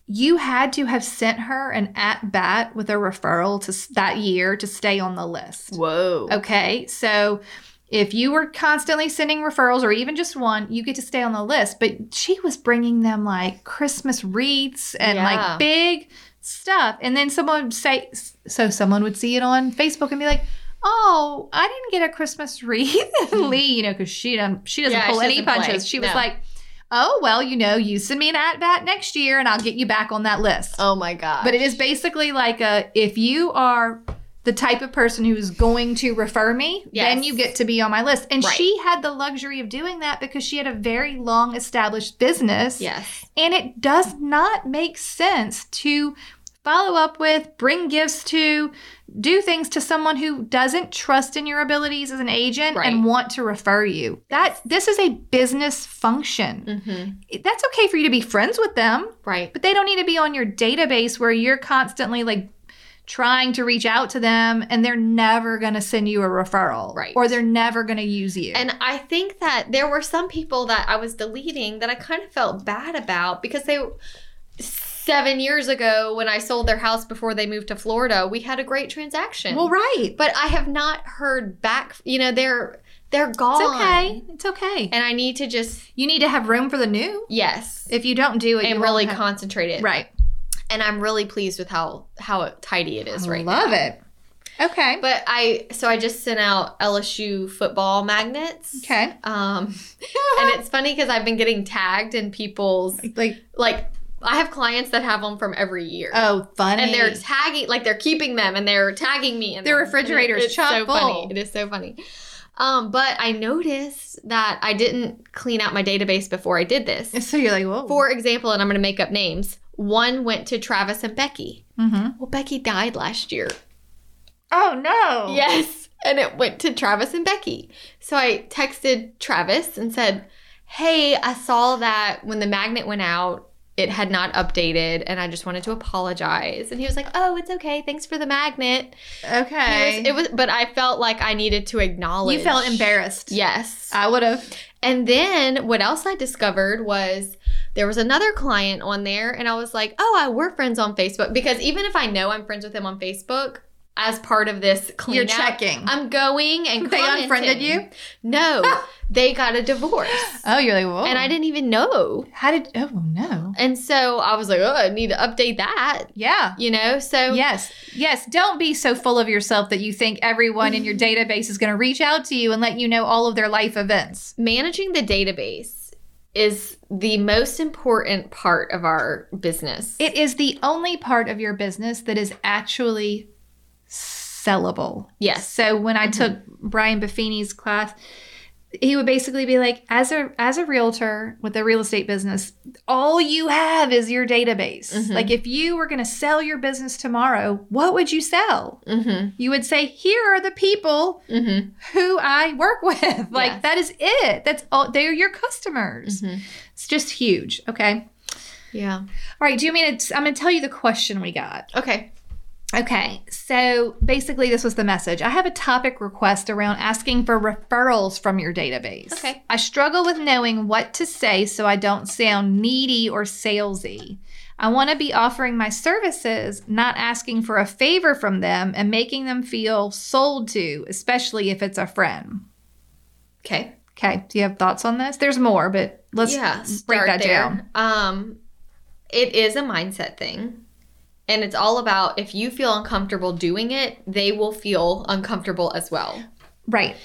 Speaker 4: you had to have sent her an at bat with a referral to s- that year to stay on the list.
Speaker 3: Whoa.
Speaker 4: Okay, so if you were constantly sending referrals or even just one, you get to stay on the list. But she was bringing them like Christmas wreaths and
Speaker 3: Yeah.
Speaker 4: like big stuff, and then someone would say, so someone would see it on Facebook and be like. Oh, I didn't get a Christmas wreath, And Lee. You know, because she doesn't she doesn't
Speaker 3: Mm-hmm. Yeah,
Speaker 4: pull
Speaker 3: she
Speaker 4: any
Speaker 3: doesn't play.
Speaker 4: punches. She was
Speaker 3: No.
Speaker 4: like, "Oh well, you know, you send me an at bat next year, and I'll get you back on that list."
Speaker 3: Oh my God.
Speaker 4: But it is basically like a if you are the type of person who is going to refer me, then
Speaker 3: Yes.
Speaker 4: you get to be on my list. And
Speaker 3: Right.
Speaker 4: she had the luxury of doing that because she had a very long established business.
Speaker 3: Yes.
Speaker 4: And it does not make sense to follow up with, bring gifts to, do things to someone who doesn't trust in your abilities as an agent
Speaker 3: Right.
Speaker 4: and want to refer you. That this is a business function.
Speaker 3: Mm-hmm.
Speaker 4: That's okay for you to be friends with them
Speaker 3: Right.
Speaker 4: but they don't need to be on your database where you're constantly like trying to reach out to them and they're never going to send you a referral
Speaker 3: Right.
Speaker 4: or they're never going to use you
Speaker 3: And I think that there were some people that I was deleting that I kind of felt bad about because they seven years ago when I sold their house before they moved to Florida, we had a great transaction.
Speaker 4: well right
Speaker 3: But I have not heard back. You know, they're they're gone.
Speaker 4: it's okay it's okay
Speaker 3: And I need to just
Speaker 4: you need to have room for the new
Speaker 3: yes.
Speaker 4: if you don't do it you
Speaker 3: and
Speaker 4: won't
Speaker 3: really
Speaker 4: have-
Speaker 3: concentrate it.
Speaker 4: right
Speaker 3: And I'm really pleased with how how tidy it is right now.
Speaker 4: love it okay
Speaker 3: But I so I just sent out LSU football magnets.
Speaker 4: okay
Speaker 3: Um and it's funny because I've been getting tagged in people's
Speaker 4: like
Speaker 3: like I have clients that have them from every year.
Speaker 4: oh funny
Speaker 3: and they're tagging like they're keeping them and they're tagging me in
Speaker 4: Their
Speaker 3: them.
Speaker 4: refrigerator is
Speaker 3: It's
Speaker 4: chock
Speaker 3: so
Speaker 4: full.
Speaker 3: funny. It is so funny. Um, but I noticed that I didn't clean out my database before I did this.
Speaker 4: so you're like whoa
Speaker 3: For example, and I'm gonna make up names. One went to Travis and Becky.
Speaker 4: Mhm.
Speaker 3: Well, Becky died last year.
Speaker 4: oh no
Speaker 3: Yes. And it went to Travis and Becky. So I texted Travis and said, Hey, I saw that when the magnet went out, it had not updated and I just wanted to apologize. And he was like, Oh, it's okay. Thanks for the magnet.
Speaker 4: okay
Speaker 3: Here's- It was but I felt like I needed to acknowledge
Speaker 4: you felt embarrassed
Speaker 3: Yes.
Speaker 4: i would have
Speaker 3: And then what else I discovered was there was another client on there, and I was like, oh, I we're friends on Facebook because even if I know I'm friends with him on Facebook, as part of this clean
Speaker 4: you're
Speaker 3: out,
Speaker 4: checking
Speaker 3: I'm going and
Speaker 4: they
Speaker 3: commenting.
Speaker 4: unfriended you
Speaker 3: No, they got a divorce,
Speaker 4: oh you're like whoa
Speaker 3: and I didn't even know.
Speaker 4: how did oh no
Speaker 3: And so I was like, oh, I need to update that,
Speaker 4: yeah
Speaker 3: you know. So
Speaker 4: Yes, yes. Don't be so full of yourself that you think everyone in your database is going to reach out to you and let you know all of their life events.
Speaker 3: managing the database is the most important part of our business.
Speaker 4: It is the only part of your business that is actually sellable.
Speaker 3: yes. Mm-hmm.
Speaker 4: So when I took Brian Buffini's class, he would basically be like, as a as a realtor with a real estate business, all you have is your database.
Speaker 3: Mhm.
Speaker 4: Like if you were going to sell your business tomorrow, what would you sell?
Speaker 3: Mm-hmm.
Speaker 4: You would say, here are the people
Speaker 3: Mm-hmm.
Speaker 4: who I work with. Like
Speaker 3: Yes.
Speaker 4: that is it. That's all. They're your customers.
Speaker 3: Mhm.
Speaker 4: It's just huge. Okay. All
Speaker 3: Yeah.
Speaker 4: right. Do you mean it's? I'm going to tell you the question we got.
Speaker 3: Okay.
Speaker 4: Okay. So basically, this was the message. I have a topic request around asking for referrals from your database.
Speaker 3: Okay.
Speaker 4: I struggle with knowing what to say so I don't sound needy or salesy. I want to be offering my services, not asking for a favor from them and making them feel sold to, especially if it's a friend.
Speaker 3: Okay.
Speaker 4: Okay. Do you have thoughts on this? There's more, but let's break
Speaker 3: start
Speaker 4: that
Speaker 3: there.
Speaker 4: down.
Speaker 3: Um, it is a mindset thing. And it's all about if you feel uncomfortable doing it, they will feel uncomfortable as well.
Speaker 4: Right.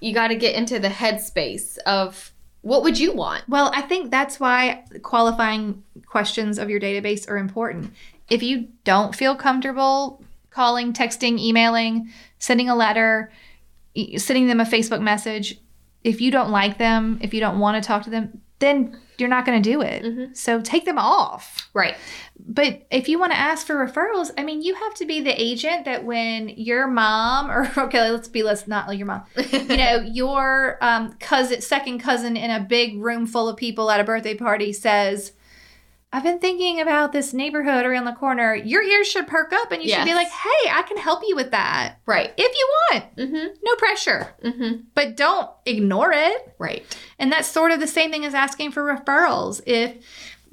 Speaker 3: You got to get into the headspace of what would you want?
Speaker 4: Well, I think that's why qualifying questions of your database are important. If you don't feel comfortable calling, texting, emailing, sending a letter, e- sending them a Facebook message, if you don't like them, if you don't want to talk to them, then you're not going to do it. So take them off.
Speaker 3: Right.
Speaker 4: But if you want to ask for referrals, I mean, you have to be the agent that when your mom or okay, let's be let's not like your mom, you know, your um, cousin, second cousin in a big room full of people at a birthday party says, "I've been thinking about this neighborhood around the corner." Your ears should perk up, and you should be
Speaker 3: Yes.
Speaker 4: like, "Hey, I can help you with that
Speaker 3: Right.
Speaker 4: if you want.
Speaker 3: Mm-hmm.
Speaker 4: No pressure,
Speaker 3: Mm-hmm.
Speaker 4: but don't ignore it."
Speaker 3: Right.
Speaker 4: And that's sort of the same thing as asking for referrals. If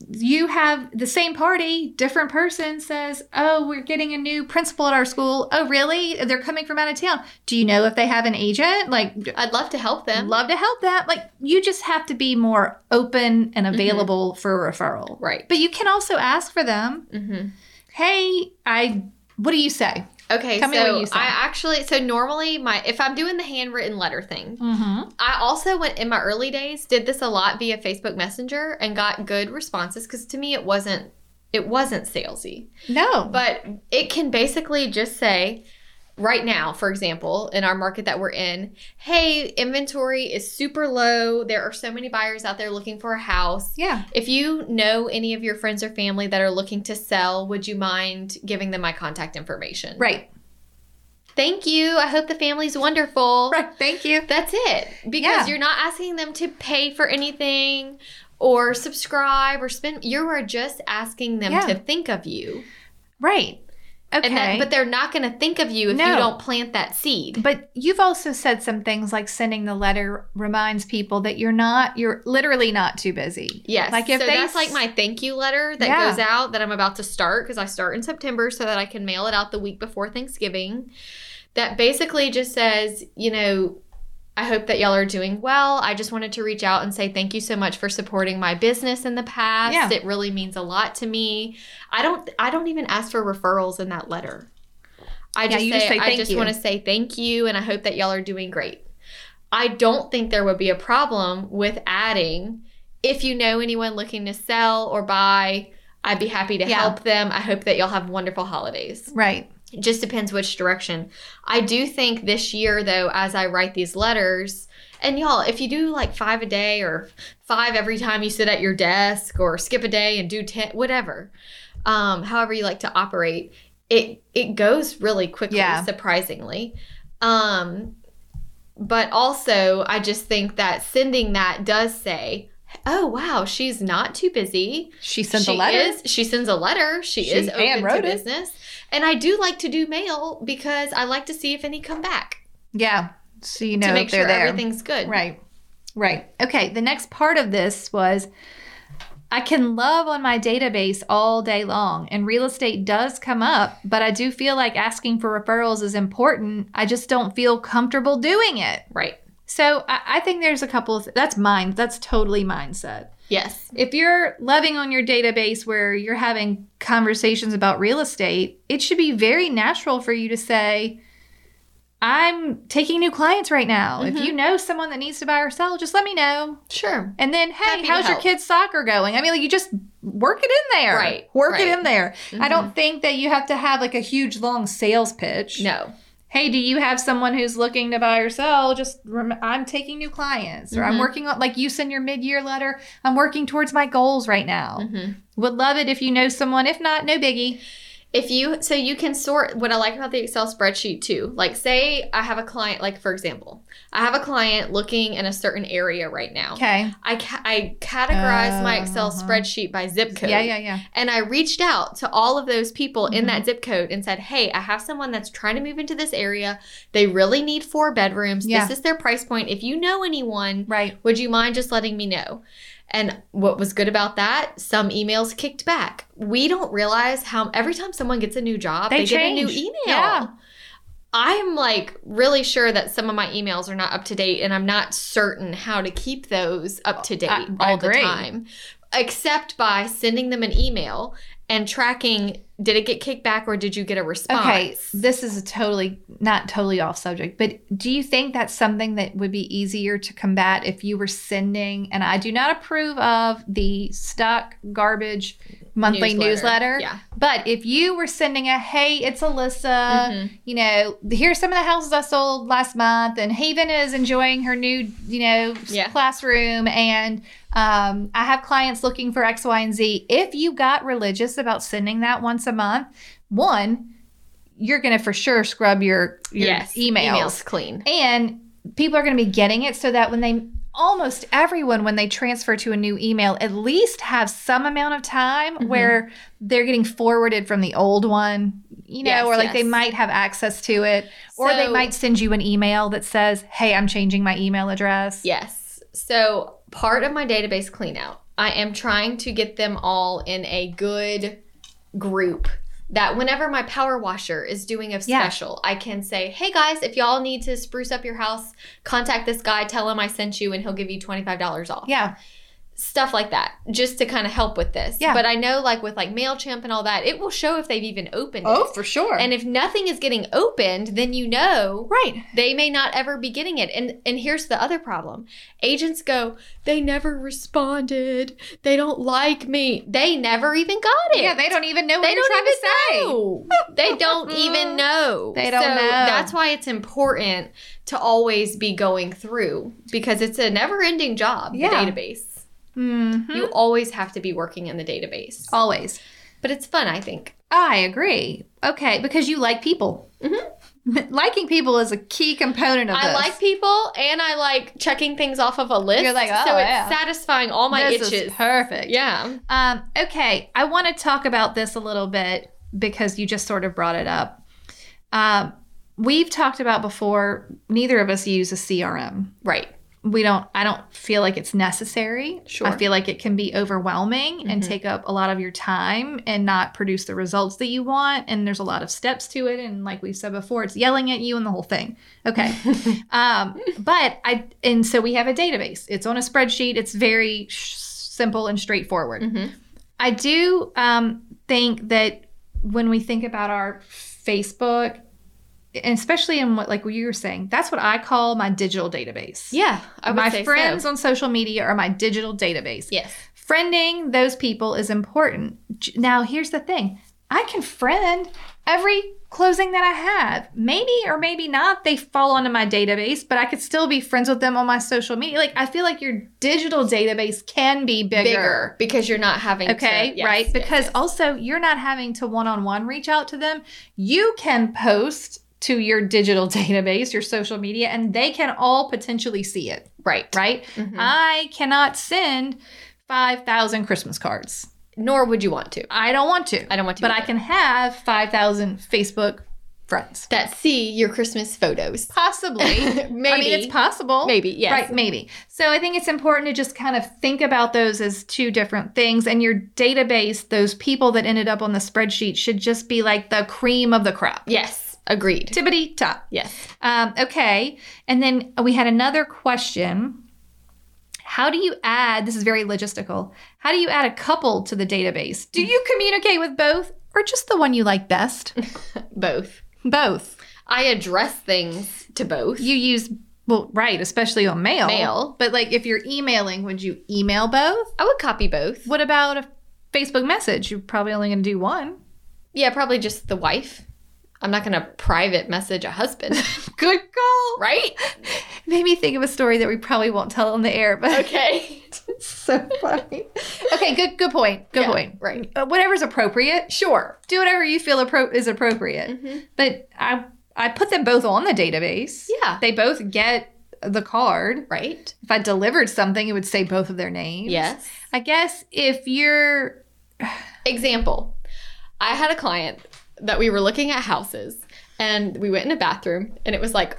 Speaker 4: you have the same party, different person says, Oh, we're getting a new principal at our school. Oh, really? They're coming from out of town. Do you know if they have an agent? Like,
Speaker 3: I'd love to help them.
Speaker 4: love to help that. Like, you just have to be more open and available for a referral.
Speaker 3: Right.
Speaker 4: But you can also ask for them,
Speaker 3: Mm-hmm.
Speaker 4: Hey, I, what do you say?
Speaker 3: Okay,
Speaker 4: Tell me
Speaker 3: so
Speaker 4: what you said.
Speaker 3: I actually so normally my if I'm doing the handwritten letter thing,
Speaker 4: Mm-hmm.
Speaker 3: I also went in my early days did this a lot via Facebook Messenger and got good responses because to me it wasn't it wasn't salesy.
Speaker 4: No.
Speaker 3: But it can basically just say, right now, for example, in our market that we're in, hey, inventory is super low. There are so many buyers out there looking for a house.
Speaker 4: yeah.
Speaker 3: If you know any of your friends or family that are looking to sell, would you mind giving them my contact information?
Speaker 4: Right.
Speaker 3: Thank you. I hope the family's wonderful.
Speaker 4: Right. Thank you.
Speaker 3: That's it. Because
Speaker 4: Yeah.
Speaker 3: you're not asking them to pay for anything or subscribe or spend. You are just asking them
Speaker 4: Yeah.
Speaker 3: to think of you.
Speaker 4: Right. Okay.
Speaker 3: And that, but they're not going to think of you if
Speaker 4: No.
Speaker 3: you don't plant that seed.
Speaker 4: But you've also said some things like sending the letter reminds people that you're not, you're literally not too busy.
Speaker 3: Yes.
Speaker 4: Like, if
Speaker 3: so
Speaker 4: they
Speaker 3: that's like
Speaker 4: s-
Speaker 3: my thank you letter that
Speaker 4: Yeah.
Speaker 3: goes out that I'm about to start because I start in September so that I can mail it out the week before Thanksgiving. That basically just says, you know, I hope that y'all are doing well. I just wanted to reach out and say thank you so much for supporting my business in the past.
Speaker 4: Yeah.
Speaker 3: It really means a lot to me. I don't I don't even ask for referrals in that letter. I
Speaker 4: Yeah,
Speaker 3: just,
Speaker 4: you
Speaker 3: say,
Speaker 4: just say
Speaker 3: I
Speaker 4: thank
Speaker 3: just
Speaker 4: you.
Speaker 3: want to say thank you and I hope that y'all are doing great. I don't think there would be a problem with adding if you know anyone looking to sell or buy, I'd be happy to
Speaker 4: Yeah.
Speaker 3: help them. I hope that y'all have wonderful holidays.
Speaker 4: Right.
Speaker 3: It just depends which direction. I do think this year, though, as I write these letters, and y'all, if you do like five a day or five every time you sit at your desk or skip a day and do 10, whatever, um, however you like to operate, it, it goes really quickly,
Speaker 4: Yeah.
Speaker 3: surprisingly. Um, but also, I just think that sending that does say, oh, wow, she's not too busy
Speaker 4: She sent the
Speaker 3: she
Speaker 4: letter.
Speaker 3: Is, she sends a letter. She,
Speaker 4: She
Speaker 3: is open to
Speaker 4: handwrote it.
Speaker 3: business. And I do like to do mail because I like to see if any come back
Speaker 4: Yeah. So you know
Speaker 3: to make
Speaker 4: they're
Speaker 3: sure
Speaker 4: there.
Speaker 3: everything's good.
Speaker 4: Right. Right. Okay. The next part of this was I can love on my database all day long, and real estate does come up, but I do feel like asking for referrals is important. I just don't feel comfortable doing it.
Speaker 3: Right.
Speaker 4: So I, I think there's a couple of that's mind. That's totally mindset.
Speaker 3: Yes.
Speaker 4: If you're loving on your database where you're having conversations about real estate, it should be very natural for you to say, I'm taking new clients right now. If
Speaker 3: Mhm.
Speaker 4: you know someone that needs to buy or sell, just let me know.
Speaker 3: Sure.
Speaker 4: And then, hey,
Speaker 3: Happy to
Speaker 4: how's your
Speaker 3: help.
Speaker 4: kids' soccer going? I mean, like you just work it in there.
Speaker 3: Right,
Speaker 4: Work it
Speaker 3: right.
Speaker 4: in there.
Speaker 3: Mm-hmm.
Speaker 4: I don't think that you have to have like a huge long sales pitch
Speaker 3: No.
Speaker 4: hey do you have someone who's looking to buy or sell just rem- i'm taking new clients or i'm
Speaker 3: Mhm.
Speaker 4: working on like you send your mid-year letter i'm working towards my goals right now
Speaker 3: Mhm.
Speaker 4: would love it if you know someone if not no biggie
Speaker 3: If you, so you can sort what I like about the Excel spreadsheet too. Like, say I have a client, like for example, I have a client looking in a certain area right now.
Speaker 4: okay
Speaker 3: I, ca- I categorize my Excel
Speaker 4: Uh-huh.
Speaker 3: spreadsheet by zip code.
Speaker 4: yeah yeah yeah
Speaker 3: And I reached out to all of those people in that zip code and said, Hey, I have someone that's trying to move into this area. They really need four bedrooms.
Speaker 4: Yeah.
Speaker 3: This is their price point. If you know anyone,
Speaker 4: right
Speaker 3: would you mind just letting me know? And what was good about that, some emails kicked back. We don't realize how every time someone gets a new job,
Speaker 4: They
Speaker 3: they, get a new
Speaker 4: change.
Speaker 3: email.
Speaker 4: Yeah.
Speaker 3: I'm like really sure that some of my emails are not up to date and I'm not certain how to keep those up to date
Speaker 4: I- I
Speaker 3: all the
Speaker 4: agree.
Speaker 3: time. except by sending them an email and tracking did it get kicked back or did you get a response?
Speaker 4: Okay, this is a totally not totally off subject, but do you think that's something that would be easier to combat if you were sending? And I do not approve of the stock garbage monthly newsletter.
Speaker 3: Yeah.
Speaker 4: But if you were sending a hey, it's Alyssa,
Speaker 3: Mhm.
Speaker 4: you know, here's some of the houses I sold last month, and Haven is enjoying her new, you know, s-
Speaker 3: Yeah.
Speaker 4: classroom, and um, I have clients looking for X, Y, and Z. If you got religious about sending that once a month, one, you're going to for sure scrub your, your
Speaker 3: Yes.
Speaker 4: emails.
Speaker 3: Emails clean.
Speaker 4: And people are going to be getting it so that when they almost everyone when they transfer to a new email at least have some amount of time
Speaker 3: Mhm.
Speaker 4: where they're getting forwarded from the old one you know
Speaker 3: Yes,
Speaker 4: or like they
Speaker 3: yes.
Speaker 4: might have access to it or they
Speaker 3: So-
Speaker 4: might send you an email that says hey i'm changing my email address
Speaker 3: Yes. So part of my database cleanout, I am trying to get them all in a good group that whenever my power washer is doing a
Speaker 4: Yeah.
Speaker 3: special, I can say, hey guys, if y'all need to spruce up your house, contact this guy, tell him I sent you, and he'll give you $25 off.
Speaker 4: yeah
Speaker 3: Stuff like that, just to kind of help with this.
Speaker 4: Yeah.
Speaker 3: But I know, like with like MailChimp and all that, it will show if they've even opened it.
Speaker 4: for sure
Speaker 3: And if nothing is getting opened, then you know
Speaker 4: right
Speaker 3: they may not ever be getting it and and here's the other problem agents go they never responded they don't like me they never even got it
Speaker 4: yeah they don't even know what
Speaker 3: They
Speaker 4: you're trying
Speaker 3: don't
Speaker 4: to say
Speaker 3: even know.
Speaker 4: Mm-hmm.
Speaker 3: they don't even know
Speaker 4: They don't
Speaker 3: So
Speaker 4: know.
Speaker 3: that's why it's important to always be going through because it's a never-ending job
Speaker 4: Yeah.
Speaker 3: the database
Speaker 4: Mhm.
Speaker 3: you always have to be working in the database
Speaker 4: always
Speaker 3: but it's fun i think
Speaker 4: I agree. Okay, because you like people. Liking people is a key component of
Speaker 3: Mm-hmm. I
Speaker 4: this.
Speaker 3: like people and I like checking things off of a list.
Speaker 4: You're like, oh,
Speaker 3: so it's
Speaker 4: yeah.
Speaker 3: satisfying all my
Speaker 4: this
Speaker 3: itches.
Speaker 4: Is perfect.
Speaker 3: yeah.
Speaker 4: Um, okay, I want to talk about this a little bit because you just sort of brought it up. Um, we've talked about before. Neither of us use a CRM.
Speaker 3: Right.
Speaker 4: We don't. I don't feel like it's necessary.
Speaker 3: Sure.
Speaker 4: I feel like it can be overwhelming and take up a lot of your time and not produce the results that you want. And there's a lot of steps to it. And like we've said before, it's yelling at you and the whole thing. Okay. um, but I, and so we have a database. It's on a spreadsheet. It's very sh- simple and straightforward.
Speaker 3: Mhm.
Speaker 4: I do um, think that when we think about our Facebook, and especially in what, like what you were saying, that's what I call my digital database.
Speaker 3: Yeah, I would
Speaker 4: my
Speaker 3: say so.
Speaker 4: friends on social media are my digital database.
Speaker 3: Yes.
Speaker 4: Friending those people is important. J- Now, here's the thing I can friend every closing that I have. Maybe or maybe not, they fall onto my database, but I could still be friends with them on my social media. Like, I feel like your digital database can be bigger.
Speaker 3: Bigger because you're not having to-
Speaker 4: Okay,
Speaker 3: yes,
Speaker 4: right?
Speaker 3: yes,
Speaker 4: Because
Speaker 3: yes.
Speaker 4: also, you're not having to one on one reach out to them. You can post to your digital database, your social media, and they can all potentially see it,
Speaker 3: right,
Speaker 4: right? Mm-hmm.
Speaker 3: Mhm.
Speaker 4: I cannot send 5,000 Christmas cards.
Speaker 3: nor would you want to.
Speaker 4: I don't want to.
Speaker 3: I don't want to.
Speaker 4: but I
Speaker 3: either.
Speaker 4: can have 5,000 Facebook friends.
Speaker 3: that see your Christmas photos.
Speaker 4: Possibly.
Speaker 3: maybe
Speaker 4: I mean, it's possible.
Speaker 3: maybe yes.
Speaker 4: Right, maybe. So I think it's important to just kind of think about those as two different things. And your database, those people that ended up on the spreadsheet, should just be like the cream of the crop.
Speaker 3: Yes, agreed.
Speaker 4: Tippity top.
Speaker 3: yes.
Speaker 4: Um, okay. And then we had another question. How do you add, this is very logistical, how do you add a couple to the database? Do you communicate with both or just the one you like best?
Speaker 3: Both.
Speaker 4: both.
Speaker 3: I address things to both.
Speaker 4: You use, well, right, especially on mail.
Speaker 3: Mail.
Speaker 4: But like if you're emailing, would you email both?
Speaker 3: I would copy both.
Speaker 4: What about a Facebook message? You're probably only going to do one.
Speaker 3: Yeah, probably just the wife. I'm not going to private message a husband,
Speaker 4: Good call.
Speaker 3: right?
Speaker 4: Made me think of a story that we probably won't tell on the air, but
Speaker 3: Okay.
Speaker 4: it's so funny. okay, good good point. Good
Speaker 3: Yeah,
Speaker 4: point.
Speaker 3: right.
Speaker 4: Uh, whatever's appropriate. Sure. Do whatever you feel appro- is appropriate.
Speaker 3: Mhm.
Speaker 4: But I I put them both on the database.
Speaker 3: Yeah.
Speaker 4: They both get the card.
Speaker 3: Right.
Speaker 4: If I delivered something, it would say both of their names.
Speaker 3: Yes.
Speaker 4: I guess if you're
Speaker 3: Example I had a client that we were looking at houses and we went in a bathroom and it was like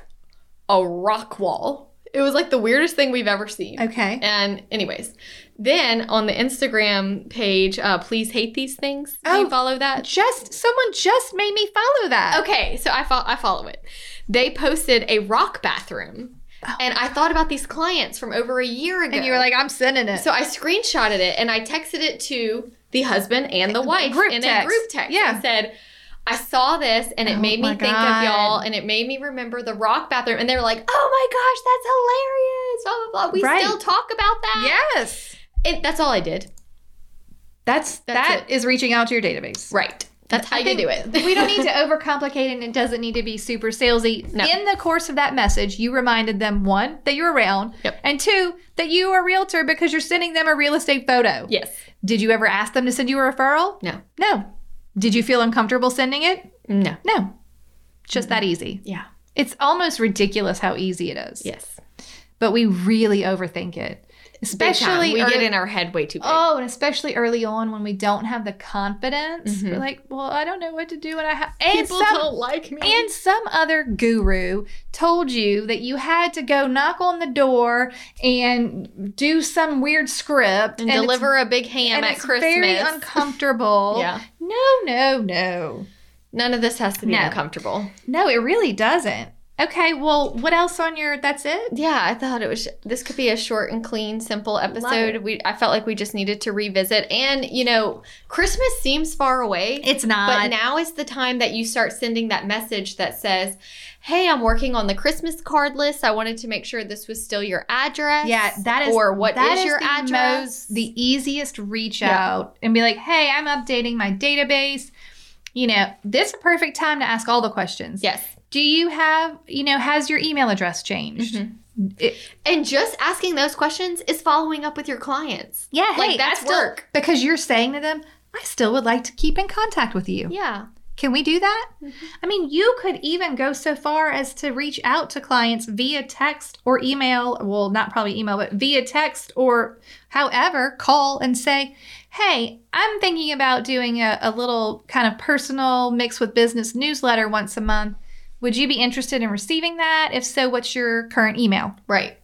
Speaker 3: a rock wall. It was like the weirdest thing we've ever seen.
Speaker 4: okay.
Speaker 3: And, anyways, then on the Instagram page, uh, please hate these things. Do
Speaker 4: Oh.
Speaker 3: you follow that?
Speaker 4: Just someone just made me follow that.
Speaker 3: Okay, so I, fo- I follow it. They posted a rock bathroom and I thought about these clients from over a year ago.
Speaker 4: Oh And you were like, I'm sending it.
Speaker 3: so I screenshotted it and I texted it to the husband and the wife
Speaker 4: Group
Speaker 3: in
Speaker 4: text.
Speaker 3: a group text.
Speaker 4: Yeah.
Speaker 3: I said, I saw this and it
Speaker 4: Oh
Speaker 3: made me
Speaker 4: my
Speaker 3: think of y'all and it made me remember the rock bathroom. And they were like, oh my gosh, that's hilarious. Blah, blah, blah. We
Speaker 4: Right.
Speaker 3: still talk about that.
Speaker 4: yes.
Speaker 3: Yeah. And that's all I did.
Speaker 4: That's,
Speaker 3: That's
Speaker 4: that is reaching out to your database.
Speaker 3: Right. That's how
Speaker 1: I
Speaker 3: you do it.
Speaker 1: we don't need
Speaker 4: You need to overcomplicate it and it doesn't need to be super salesy.
Speaker 3: No.
Speaker 4: In the course of that message, you reminded them one, that you're around,
Speaker 3: Yep.
Speaker 4: and two, that you are a realtor because you're sending them a real estate photo.
Speaker 3: yes.
Speaker 4: Did you ever ask them to send you a referral?
Speaker 3: No.
Speaker 4: No. Did you feel uncomfortable sending it?
Speaker 3: No.
Speaker 4: No. It's just that easy.
Speaker 3: Yeah.
Speaker 4: It's almost ridiculous how easy it is.
Speaker 3: Yes.
Speaker 4: But we really overthink it. Especially
Speaker 3: Especially we
Speaker 4: ear-
Speaker 3: get in our head way too big.
Speaker 4: Oh, and especially early on when we don't have the confidence.
Speaker 3: Mhm.
Speaker 4: We're like, well, I don't know what to do and I have and
Speaker 3: People
Speaker 4: some
Speaker 3: don't like me.
Speaker 4: and some other guru told you that you had to go knock on the door and do some weird script
Speaker 3: and,
Speaker 4: it's-
Speaker 3: deliver a big ham
Speaker 4: and
Speaker 3: at
Speaker 4: it's
Speaker 3: Christmas.
Speaker 4: very uncomfortable.
Speaker 3: yeah.
Speaker 4: No, no, no.
Speaker 3: None of this has to be
Speaker 4: No.
Speaker 3: uncomfortable.
Speaker 4: No, it really doesn't. Okay, well, what else on your that's it?
Speaker 3: Yeah, I thought it was this could be a short and clean, simple episode.
Speaker 4: it.
Speaker 3: We I felt like we just needed to revisit and you know, Christmas seems far away.
Speaker 4: It's not.
Speaker 3: but now is the time that you start sending that message that says, "Hey, I'm working on the Christmas card list. I wanted to make sure this was still your address."
Speaker 4: yeah, that is
Speaker 3: or what
Speaker 4: that
Speaker 3: is your
Speaker 4: the
Speaker 3: address?
Speaker 4: most- the easiest reach
Speaker 3: Yeah.
Speaker 4: out and be like, "Hey, I'm updating my database." You know, this is a perfect time to ask all the questions.
Speaker 3: yes.
Speaker 4: Do you have, you know, has your email address changed?
Speaker 3: Mhm.
Speaker 4: It-
Speaker 3: And just asking those questions is following up with your clients.
Speaker 4: yeah,
Speaker 3: Like,
Speaker 4: hey,
Speaker 3: that's
Speaker 4: I still-
Speaker 3: work.
Speaker 4: because you're saying to them, "I still would like to keep in contact with you."
Speaker 3: Yeah.
Speaker 4: Can we do that? I mean, you could even go so far as to reach out to clients via text or email. Well, not probably email, but via text or however, call and say, Hey, I'm thinking about doing a, a little kind of personal mix with business newsletter once a month. Would you be interested in receiving that? If so, what's your current email?
Speaker 3: Right.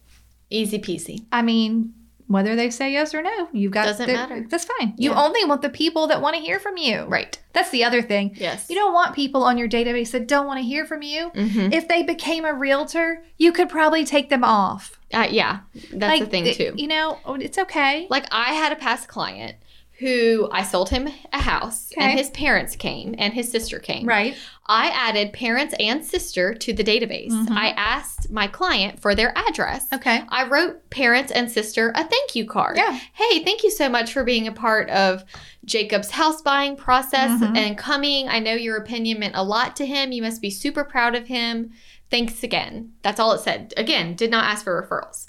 Speaker 3: Easy peasy.
Speaker 4: I mean, whether they say yes or no, you've got
Speaker 3: Doesn't
Speaker 4: the-
Speaker 3: matter.
Speaker 4: That's fine. You
Speaker 3: Yeah.
Speaker 4: only want the people that want to hear from you.
Speaker 3: Right.
Speaker 4: That's the other thing.
Speaker 3: Yes.
Speaker 4: You don't want people on your database that don't want to hear from you.
Speaker 3: Mhm.
Speaker 4: If they became a realtor, you could probably take them off.
Speaker 3: Uh, yeah, that's the thing
Speaker 4: th-
Speaker 3: too.
Speaker 4: You know, oh, it's okay.
Speaker 3: Like I had a past client who I sold him a house,
Speaker 4: Okay.
Speaker 3: and his parents came, and his sister came.
Speaker 4: Right.
Speaker 3: I added parents and sister to the database.
Speaker 4: Mhm.
Speaker 3: I asked my client for their address.
Speaker 4: Okay.
Speaker 3: I wrote parents and sister a thank you card.
Speaker 4: Yeah.
Speaker 3: Hey, thank you so much for being a part of Jacob's house buying process
Speaker 4: Mhm.
Speaker 3: and coming. I know your opinion meant a lot to him. You must be super proud of him. Thanks again. That's all it said. Again, did not ask for referrals.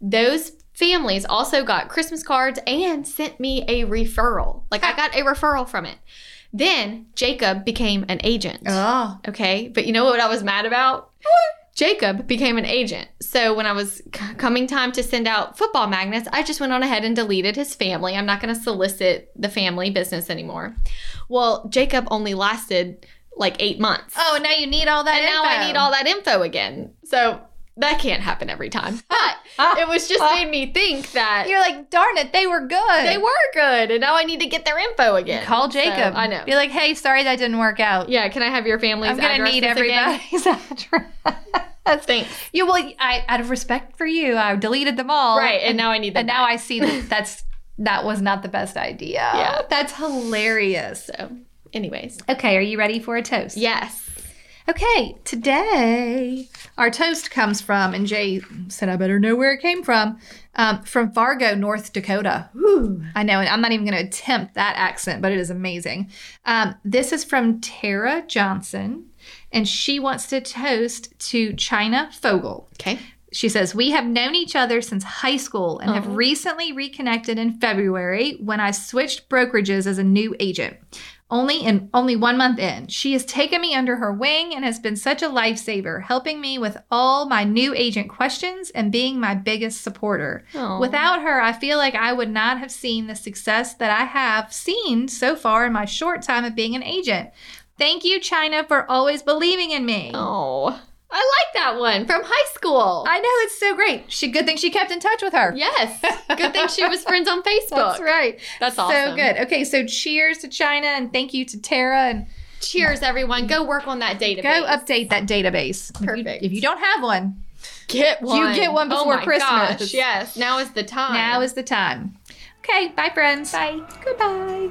Speaker 3: Those families also got Christmas cards and sent me a referral. Like I got a referral from it. Then Jacob became an agent. uh,
Speaker 4: Oh.
Speaker 3: Okay, but you know what I was mad about? Jacob became an agent. So when I was c- coming time to send out football magnets, I just went on ahead and deleted his family. I'm not going to solicit the family business anymore. Well, Jacob only lasted like eight months.
Speaker 4: Oh, now you need all that.
Speaker 3: and now I need all that info again. So that can't happen every time. But it was just made me think that
Speaker 4: You're like, darn it, they were good.
Speaker 3: they were good, and now I need to get their info again.
Speaker 4: Call
Speaker 3: So,
Speaker 4: Jacob.
Speaker 3: I know.
Speaker 4: Be like, hey, sorry that didn't work out.
Speaker 3: Yeah, can I have your family's
Speaker 4: I'm gonna need
Speaker 3: addresses again?
Speaker 4: everybody's address.
Speaker 3: Thanks.
Speaker 4: you well, I out of respect for you, I deleted them all.
Speaker 3: Right, and now I need them.
Speaker 4: and now I see that that's that was not the best idea.
Speaker 3: Yeah.
Speaker 4: That's hilarious.
Speaker 3: So, anyways,
Speaker 4: Okay, are you ready for a toast?
Speaker 3: yes.
Speaker 4: Okay, today our toast comes from, and Jay said I better know where it came from, um, from Fargo, North Dakota. I know, and I'm not even going to attempt that accent, but it is amazing. Um, this is from Tara Johnson, and she wants to toast to China Fogel.
Speaker 3: Okay.
Speaker 4: She says, We have known each other since high school and have recently reconnected in February when I switched brokerages as a new agent. Only in only one month in. She has taken me under her wing and has been such a lifesaver, helping me with all my new agent questions and being my biggest supporter. Without her, I feel like I would not have seen the success that I have seen so far in my short time of being an agent. Thank you, China, for always believing in me.
Speaker 3: Oh, I like that one from high school.
Speaker 4: I know it's so great. She good thing she kept in touch with her.
Speaker 3: yes. Good thing she was friends on Facebook.
Speaker 4: That's right.
Speaker 3: That's
Speaker 4: So
Speaker 3: awesome.
Speaker 4: good. Okay, so cheers to China and thank you to Tara and
Speaker 3: Cheers, everyone. Go work on that database.
Speaker 4: go update that database. If you- If
Speaker 3: Perfect.
Speaker 4: you, don't have one,
Speaker 3: Get one.
Speaker 5: get one
Speaker 3: Oh
Speaker 5: before
Speaker 3: my
Speaker 5: Christmas.
Speaker 3: gosh, yes. Now is the time.
Speaker 5: Now is the time. Okay, bye, friends.
Speaker 3: Bye.
Speaker 5: Goodbye.